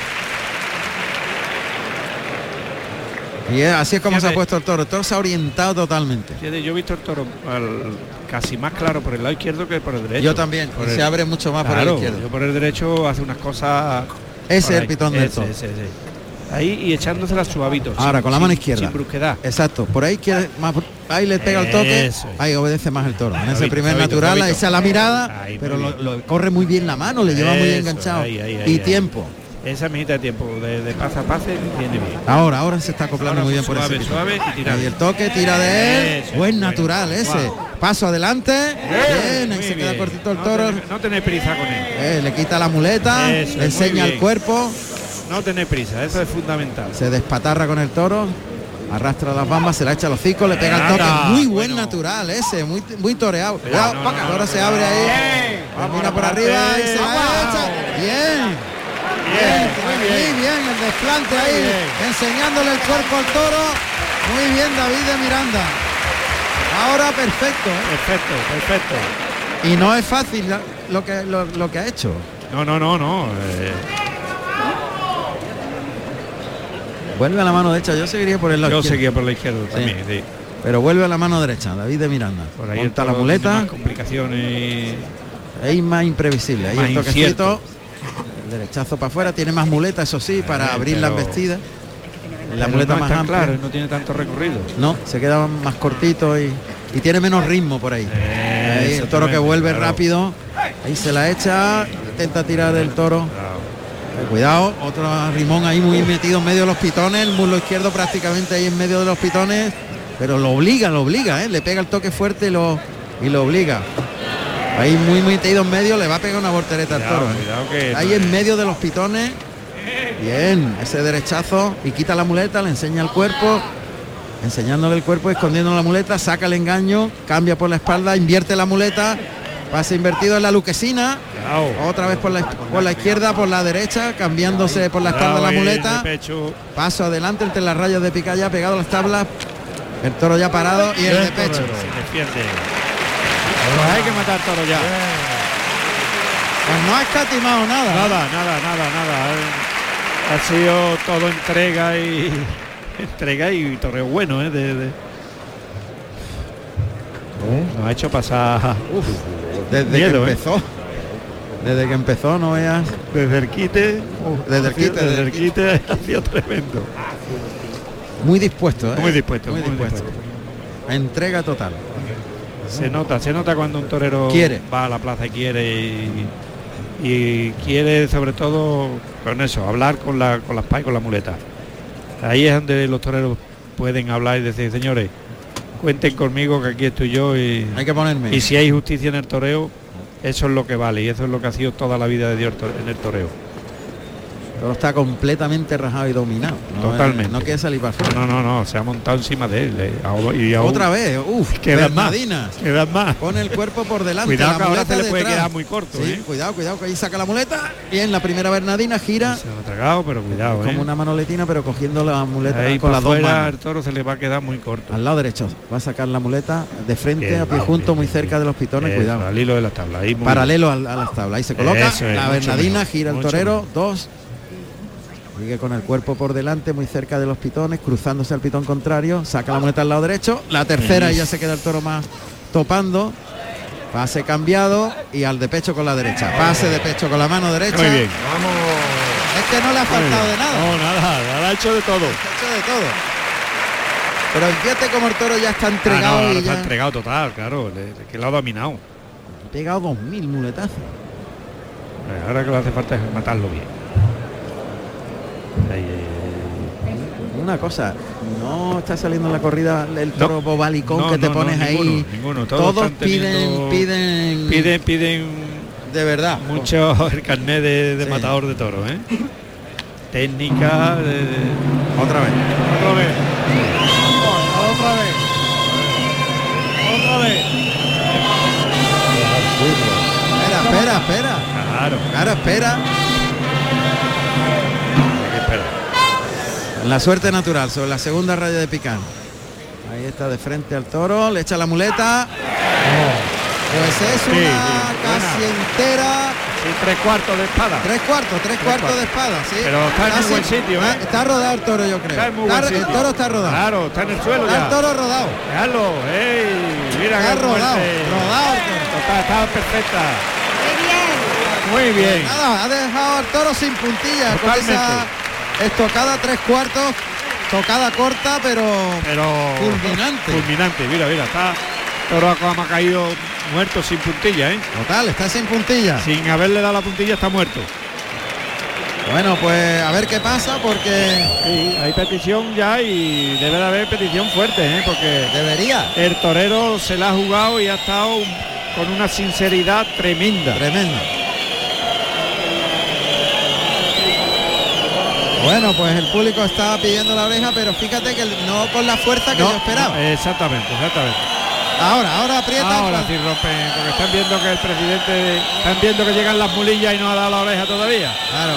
[SPEAKER 2] Y es- así es como se ha
[SPEAKER 1] Fíjate.
[SPEAKER 2] puesto el toro. El toro se ha orientado totalmente.
[SPEAKER 1] Fíjate, Yo he visto el toro al- casi más claro por el lado izquierdo que por el derecho.
[SPEAKER 2] Yo también,
[SPEAKER 1] Por
[SPEAKER 2] y
[SPEAKER 1] el-
[SPEAKER 2] se abre mucho más por el
[SPEAKER 1] Claro,
[SPEAKER 2] izquierdo.
[SPEAKER 1] yo por el derecho hace unas cosas.
[SPEAKER 2] Ese
[SPEAKER 1] por
[SPEAKER 2] es el
[SPEAKER 1] ahí.
[SPEAKER 2] pitón del
[SPEAKER 1] Ese,
[SPEAKER 2] toro.
[SPEAKER 1] ese, ese. Ahí y echándosela suavito.
[SPEAKER 2] Ahora, con la mano izquierda.
[SPEAKER 1] Sin brusquedad.
[SPEAKER 2] Exacto, por ahí quiere más, ahí le pega el toque,
[SPEAKER 1] Eso es.
[SPEAKER 2] ahí obedece más el toro. En ese
[SPEAKER 1] Suavito,
[SPEAKER 2] primer
[SPEAKER 1] suavito,
[SPEAKER 2] natural, ahí
[SPEAKER 1] suavito.
[SPEAKER 2] echa la mirada,
[SPEAKER 1] Ahí, muy
[SPEAKER 2] pero lo,
[SPEAKER 1] bien.
[SPEAKER 2] lo- corre muy bien la mano, le lleva muy
[SPEAKER 1] Eso,
[SPEAKER 2] enganchado.
[SPEAKER 1] ahí, ahí,
[SPEAKER 2] y
[SPEAKER 1] ahí, ahí.
[SPEAKER 2] tiempo.
[SPEAKER 1] Esa mijita de tiempo, de, de pase a pase, viene bien.
[SPEAKER 2] Ahora, ahora se está acoplando
[SPEAKER 1] Ahora
[SPEAKER 2] muy bien por
[SPEAKER 1] suave,
[SPEAKER 2] ese pitón.
[SPEAKER 1] suave y tirando.
[SPEAKER 2] Ahí el toque, tira de él.
[SPEAKER 1] Eso,
[SPEAKER 2] Buen
[SPEAKER 1] bueno.
[SPEAKER 2] natural ese.
[SPEAKER 1] Guau.
[SPEAKER 2] Paso adelante. Bien, ahí
[SPEAKER 1] Muy
[SPEAKER 2] se queda
[SPEAKER 1] bien.
[SPEAKER 2] cortito el
[SPEAKER 1] No
[SPEAKER 2] toro.
[SPEAKER 1] tenéis- No tenéis prisa con él.
[SPEAKER 2] Eh, le quita la muleta,
[SPEAKER 1] Eso,
[SPEAKER 2] le
[SPEAKER 1] muy
[SPEAKER 2] enseña el
[SPEAKER 1] bien.
[SPEAKER 2] cuerpo.
[SPEAKER 1] No tenéis prisa, eso es fundamental.
[SPEAKER 2] Se despatarra con el toro, arrastra las bambas, se la echa a los cinco, le pega el toque.
[SPEAKER 1] Anda,
[SPEAKER 2] Muy buen
[SPEAKER 1] bueno.
[SPEAKER 2] natural ese, muy, muy toreado. Cuidado,
[SPEAKER 1] Cuidado, no,
[SPEAKER 2] paca,
[SPEAKER 1] no,
[SPEAKER 2] el toro
[SPEAKER 1] no,
[SPEAKER 2] se
[SPEAKER 1] no,
[SPEAKER 2] abre
[SPEAKER 1] no.
[SPEAKER 2] ahí.
[SPEAKER 1] Bien.
[SPEAKER 2] Camina
[SPEAKER 1] Vámonos
[SPEAKER 2] por
[SPEAKER 1] para
[SPEAKER 2] arriba y
[SPEAKER 1] adelante.
[SPEAKER 2] se la
[SPEAKER 1] Vamos.
[SPEAKER 2] echa. Bien. Bien,
[SPEAKER 1] Bien,
[SPEAKER 2] muy
[SPEAKER 1] muy
[SPEAKER 2] bien. el desplante ahí,
[SPEAKER 1] bien.
[SPEAKER 2] enseñándole el cuerpo al toro. Muy bien, David de Miranda. Ahora perfecto. ¿eh?
[SPEAKER 1] Perfecto, perfecto.
[SPEAKER 2] Y no es fácil la- lo que, lo- lo que ha hecho.
[SPEAKER 1] No, no, no, no. eh,
[SPEAKER 2] Vuelve a la mano derecha, yo seguiría por el lado.
[SPEAKER 1] yo
[SPEAKER 2] izquierdo.
[SPEAKER 1] seguía por la izquierda también. sí.
[SPEAKER 2] Pero vuelve a la mano derecha, David de Miranda.
[SPEAKER 1] Por ahí
[SPEAKER 2] Monta
[SPEAKER 1] el
[SPEAKER 2] la
[SPEAKER 1] toro tiene
[SPEAKER 2] muleta.
[SPEAKER 1] más complicaciones.
[SPEAKER 2] Ahí más imprevisible, ahí
[SPEAKER 1] Más
[SPEAKER 2] el toquecito.
[SPEAKER 1] incierto.
[SPEAKER 2] El derechazo para afuera, tiene más muleta, eso sí, para
[SPEAKER 1] Eh,
[SPEAKER 2] abrir las
[SPEAKER 1] pero-
[SPEAKER 2] vestidas. La
[SPEAKER 1] Pero
[SPEAKER 2] muleta
[SPEAKER 1] no
[SPEAKER 2] más
[SPEAKER 1] es tan
[SPEAKER 2] amplia.
[SPEAKER 1] claro, no tiene tanto recorrido.
[SPEAKER 2] No, se queda más cortito y, y tiene menos ritmo por ahí.
[SPEAKER 1] Eh,
[SPEAKER 2] Ahí el toro que
[SPEAKER 1] exactamente,
[SPEAKER 2] vuelve
[SPEAKER 1] claro.
[SPEAKER 2] rápido. Ahí se la echa, intenta tirar el toro.
[SPEAKER 1] Claro.
[SPEAKER 2] Eh, Cuidado, otro rimón ahí muy metido en medio de los pitones, el muslo izquierdo prácticamente ahí en medio de los pitones, pero lo obliga, lo obliga, ¿eh? le pega el toque fuerte y lo, y lo obliga. Ahí muy metido en medio, le va a pegar una voltereta al
[SPEAKER 1] Cuidado,
[SPEAKER 2] toro. ¿eh?
[SPEAKER 1] cuidado que-
[SPEAKER 2] Ahí en medio de los pitones. Bien, ese derechazo y quita la muleta, le enseña el cuerpo, enseñándole el cuerpo, escondiendo la muleta, saca el engaño, cambia por la espalda, invierte la muleta, pase invertido en la luquesina,
[SPEAKER 1] Cuidado.
[SPEAKER 2] otra vez por la, por la izquierda, por la derecha, cambiándose por la espalda
[SPEAKER 1] Cuidado
[SPEAKER 2] la
[SPEAKER 1] ahí,
[SPEAKER 2] muleta,
[SPEAKER 1] de pecho.
[SPEAKER 2] paso adelante entre las rayas de picalla, pegado a las tablas, el toro ya parado y el de pecho.
[SPEAKER 1] Se defiende.
[SPEAKER 3] hay que matar toro ya.
[SPEAKER 2] Pues no ha escatimado nada.
[SPEAKER 1] Nada, nada, nada, nada. eh. Ha sido todo entrega y entrega y torreo bueno, ¿eh? De, de-
[SPEAKER 2] ¿Eh?
[SPEAKER 1] Nos ha hecho pasar uh,
[SPEAKER 2] Desde
[SPEAKER 1] Miedo,
[SPEAKER 2] que
[SPEAKER 1] ¿eh?
[SPEAKER 2] empezó. Desde que empezó, no veas.
[SPEAKER 1] desde el quite.
[SPEAKER 2] desde el
[SPEAKER 1] Oh, ha sido-
[SPEAKER 2] quite, desde
[SPEAKER 1] Desde
[SPEAKER 2] el
[SPEAKER 1] el quite ha sido tremendo.
[SPEAKER 2] Muy dispuesto, ¿eh?
[SPEAKER 1] Muy dispuesto,
[SPEAKER 2] Muy
[SPEAKER 1] muy
[SPEAKER 2] dispuesto. Entrega total.
[SPEAKER 1] Se nota, se nota cuando un torero
[SPEAKER 2] Quiere.
[SPEAKER 1] va a la plaza y quiere y, y quiere sobre todo con eso, hablar con la con las pa- y con la muleta. Ahí es donde los toreros pueden hablar y decir, señores, cuenten conmigo que aquí estoy yo y,
[SPEAKER 2] Hay que ponerme.
[SPEAKER 1] y si hay justicia en el toreo, eso es lo que vale y eso es lo que ha sido toda la vida de Dios to- en el toreo.
[SPEAKER 2] Todo está completamente rajado y dominado. No,
[SPEAKER 1] Totalmente.
[SPEAKER 2] no quiere salir para afuera.
[SPEAKER 1] No, no, no, se ha montado encima de él. eh, ahora- y aún-
[SPEAKER 2] Otra vez, uff,
[SPEAKER 1] quedan más,
[SPEAKER 2] Bernardinas.
[SPEAKER 1] quedan más.
[SPEAKER 2] Pone el cuerpo por delante.
[SPEAKER 1] Cuidado
[SPEAKER 2] la
[SPEAKER 1] que ahora
[SPEAKER 2] muleta
[SPEAKER 1] se le puede
[SPEAKER 2] detrás.
[SPEAKER 1] quedar muy corto,
[SPEAKER 2] Sí,
[SPEAKER 1] ¿eh?
[SPEAKER 2] Cuidado, cuidado, que ahí saca la muleta. Bien, la primera Bernadina gira
[SPEAKER 1] Se lo ha tragado, pero cuidado, ¿eh?
[SPEAKER 2] como una manoletina, pero cogiendo la muleta
[SPEAKER 1] Ahí
[SPEAKER 2] con
[SPEAKER 1] para
[SPEAKER 2] las dos
[SPEAKER 1] afuera
[SPEAKER 2] manos.
[SPEAKER 1] el toro se le va a quedar muy corto.
[SPEAKER 2] Al lado derecho. Va a sacar la muleta de frente,
[SPEAKER 1] Bien,
[SPEAKER 2] a pie
[SPEAKER 1] bien,
[SPEAKER 2] junto,
[SPEAKER 1] bien,
[SPEAKER 2] muy
[SPEAKER 1] bien,
[SPEAKER 2] cerca
[SPEAKER 1] bien.
[SPEAKER 2] de los pitones.
[SPEAKER 1] Eso,
[SPEAKER 2] cuidado.
[SPEAKER 1] Al hilo de las tablas. ahí muy
[SPEAKER 2] paralelo al- a, las tablas. Ahí se coloca
[SPEAKER 1] Eso es,
[SPEAKER 2] la
[SPEAKER 1] mucho
[SPEAKER 2] Bernadina,
[SPEAKER 1] mejor,
[SPEAKER 2] gira el
[SPEAKER 1] mucho
[SPEAKER 2] torero,
[SPEAKER 1] mejor.
[SPEAKER 2] dos. Sigue con el cuerpo por delante, muy cerca de los pitones, cruzándose al pitón contrario, saca la muleta al lado derecho, la tercera y ya se queda el toro más topando. Pase cambiado y al de pecho con la derecha. Pase de pecho con la mano derecha.
[SPEAKER 1] bien. Muy bien.
[SPEAKER 2] Es que no le ha faltado de nada.
[SPEAKER 1] No, nada, ahora ha hecho de todo.
[SPEAKER 2] Ha hecho de todo. Pero fíjate como el toro ya está entregado
[SPEAKER 1] Ah, no, ahora
[SPEAKER 2] y
[SPEAKER 1] está
[SPEAKER 2] ya
[SPEAKER 1] entregado total, claro. le- le- que lo ha dominado.
[SPEAKER 2] ha pegado dos mil muletazos.
[SPEAKER 1] Eh, Ahora que lo hace falta es matarlo bien. Ahí, eh,
[SPEAKER 2] Una cosa, no está saliendo en la corrida el toro bobalicón
[SPEAKER 1] No,
[SPEAKER 2] que te
[SPEAKER 1] no, no,
[SPEAKER 2] pones ahí.
[SPEAKER 1] ninguno, ninguno.
[SPEAKER 2] Todos,
[SPEAKER 1] Todos están
[SPEAKER 2] piden,
[SPEAKER 1] teniendo-
[SPEAKER 2] piden,
[SPEAKER 1] Piden, piden
[SPEAKER 2] de verdad.
[SPEAKER 1] mucho el carnet de, de
[SPEAKER 2] Sí.
[SPEAKER 1] matador de toro, ¿eh? Técnica de- de-
[SPEAKER 2] Otra vez.
[SPEAKER 3] Otra vez. Otra vez. Otra vez.
[SPEAKER 2] Espera, espera, espera.
[SPEAKER 1] Claro,
[SPEAKER 2] Claro, espera.
[SPEAKER 1] hay que esperar.
[SPEAKER 2] La suerte natural sobre la segunda raya de Picán. Ahí está de frente al toro, le echa la muleta. Pues es
[SPEAKER 1] Oh. Sí,
[SPEAKER 2] una
[SPEAKER 1] sí,
[SPEAKER 2] casi entera.
[SPEAKER 1] Sí, tres cuartos de espada.
[SPEAKER 2] Tres cuartos, tres cuartos de espada, sí. Ah,
[SPEAKER 1] Pero está en muy buen sitio, ¿eh?
[SPEAKER 2] Está rodado el toro, yo creo.
[SPEAKER 1] Está en muy buen
[SPEAKER 2] el
[SPEAKER 1] sitio.
[SPEAKER 2] toro está rodado.
[SPEAKER 1] Claro, está en el suelo
[SPEAKER 2] Está
[SPEAKER 1] ya.
[SPEAKER 2] el toro rodado.
[SPEAKER 1] Carlos, ¡ey! Mira
[SPEAKER 2] Está
[SPEAKER 1] qué
[SPEAKER 2] rodado,
[SPEAKER 1] fuerte.
[SPEAKER 2] rodado el toro.
[SPEAKER 1] Está, está perfecta. Muy bien.
[SPEAKER 2] Nada, ha dejado al toro sin puntillas con
[SPEAKER 1] Totalmente.
[SPEAKER 2] esa estocada tres cuartos, tocada corta, pero
[SPEAKER 1] Pero
[SPEAKER 2] Fulminante.
[SPEAKER 1] Fulminante, mira, mira, está Toro ha caído muerto sin puntilla, ¿eh?
[SPEAKER 2] total, está sin puntillas.
[SPEAKER 1] Sin haberle dado la puntilla está muerto.
[SPEAKER 2] Bueno, pues a ver qué pasa porque
[SPEAKER 1] Sí, hay petición ya y debe de haber petición fuerte, ¿eh? Porque
[SPEAKER 2] debería.
[SPEAKER 1] el torero se la ha jugado y ha estado un- con una sinceridad tremenda.
[SPEAKER 2] Tremendo. Bueno, pues el público está pidiendo la oreja, pero fíjate que el- no con la fuerza que yo esperaba.
[SPEAKER 1] no, Eh, exactamente, exactamente.
[SPEAKER 2] Ahora, ahora aprieta.
[SPEAKER 1] Ahora sí rompen, porque están viendo que el presidente, están viendo que llegan las mulillas y no ha dado la oreja todavía.
[SPEAKER 2] Claro.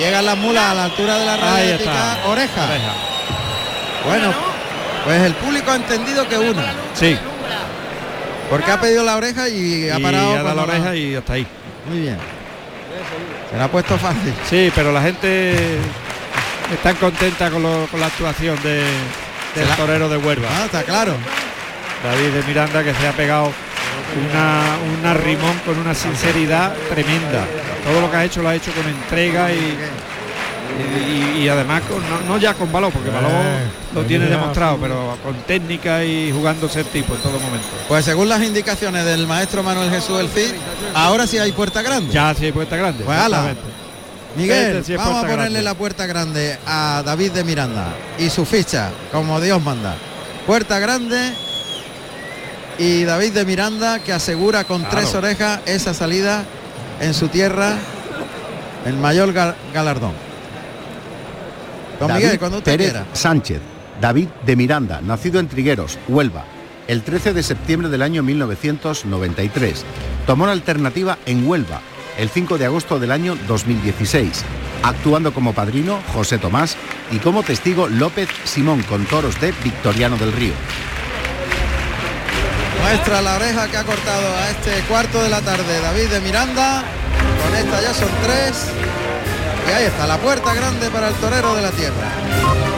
[SPEAKER 2] Llegan las mulas a la altura de la
[SPEAKER 1] Ahí
[SPEAKER 2] raya de
[SPEAKER 1] está.
[SPEAKER 2] picar, oreja. Bueno, pues el público ha entendido que una,
[SPEAKER 1] Sí,
[SPEAKER 2] porque ha pedido la oreja y ha
[SPEAKER 1] y
[SPEAKER 2] parado
[SPEAKER 1] ha dado la
[SPEAKER 2] cuando la-
[SPEAKER 1] oreja y hasta ahí.
[SPEAKER 2] Muy bien. Se la ha puesto fácil.
[SPEAKER 1] Sí, pero la gente está contenta con, lo- con la actuación de, del
[SPEAKER 2] la-
[SPEAKER 1] torero de Huelva.
[SPEAKER 2] Ah, está claro.
[SPEAKER 1] David de Miranda que se ha pegado una, una rimón con una sinceridad tremenda. Todo lo que ha hecho lo ha hecho con entrega y, y, y además con- no, no ya con valor, porque valor lo tiene demostrado, pero con técnica y jugándose el tipo en todo momento.
[SPEAKER 2] Pues según las indicaciones del maestro Manuel Jesús El Cid, ahora sí hay puerta grande.
[SPEAKER 1] Ya hace puerta grande.
[SPEAKER 2] Pues ala.
[SPEAKER 1] exactamente.
[SPEAKER 2] Miguel,
[SPEAKER 1] Este sí es
[SPEAKER 2] vamos a
[SPEAKER 1] puerta
[SPEAKER 2] ponerle
[SPEAKER 1] grande.
[SPEAKER 2] la puerta grande a David de Miranda y su ficha, como Dios manda. Puerta grande y David de Miranda que asegura con
[SPEAKER 10] Claro.
[SPEAKER 2] tres orejas esa salida en su tierra, el mayor gal- galardón. Don
[SPEAKER 3] David
[SPEAKER 2] Miguel, cuando usted
[SPEAKER 3] Pérez
[SPEAKER 2] quiera.
[SPEAKER 3] Sánchez, David de Miranda, nacido en Trigueros, Huelva, el 13 de septiembre del año 1993. Tomó la alternativa en Huelva, el 5 de agosto del año 2016, actuando como padrino José Tomás y como testigo López Simón con toros de Victoriano del Río.
[SPEAKER 2] Muestra la oreja que ha cortado a este cuarto de la tarde David de Miranda. Con esta ya son tres. Y ahí está, la puerta grande para el torero de la tierra.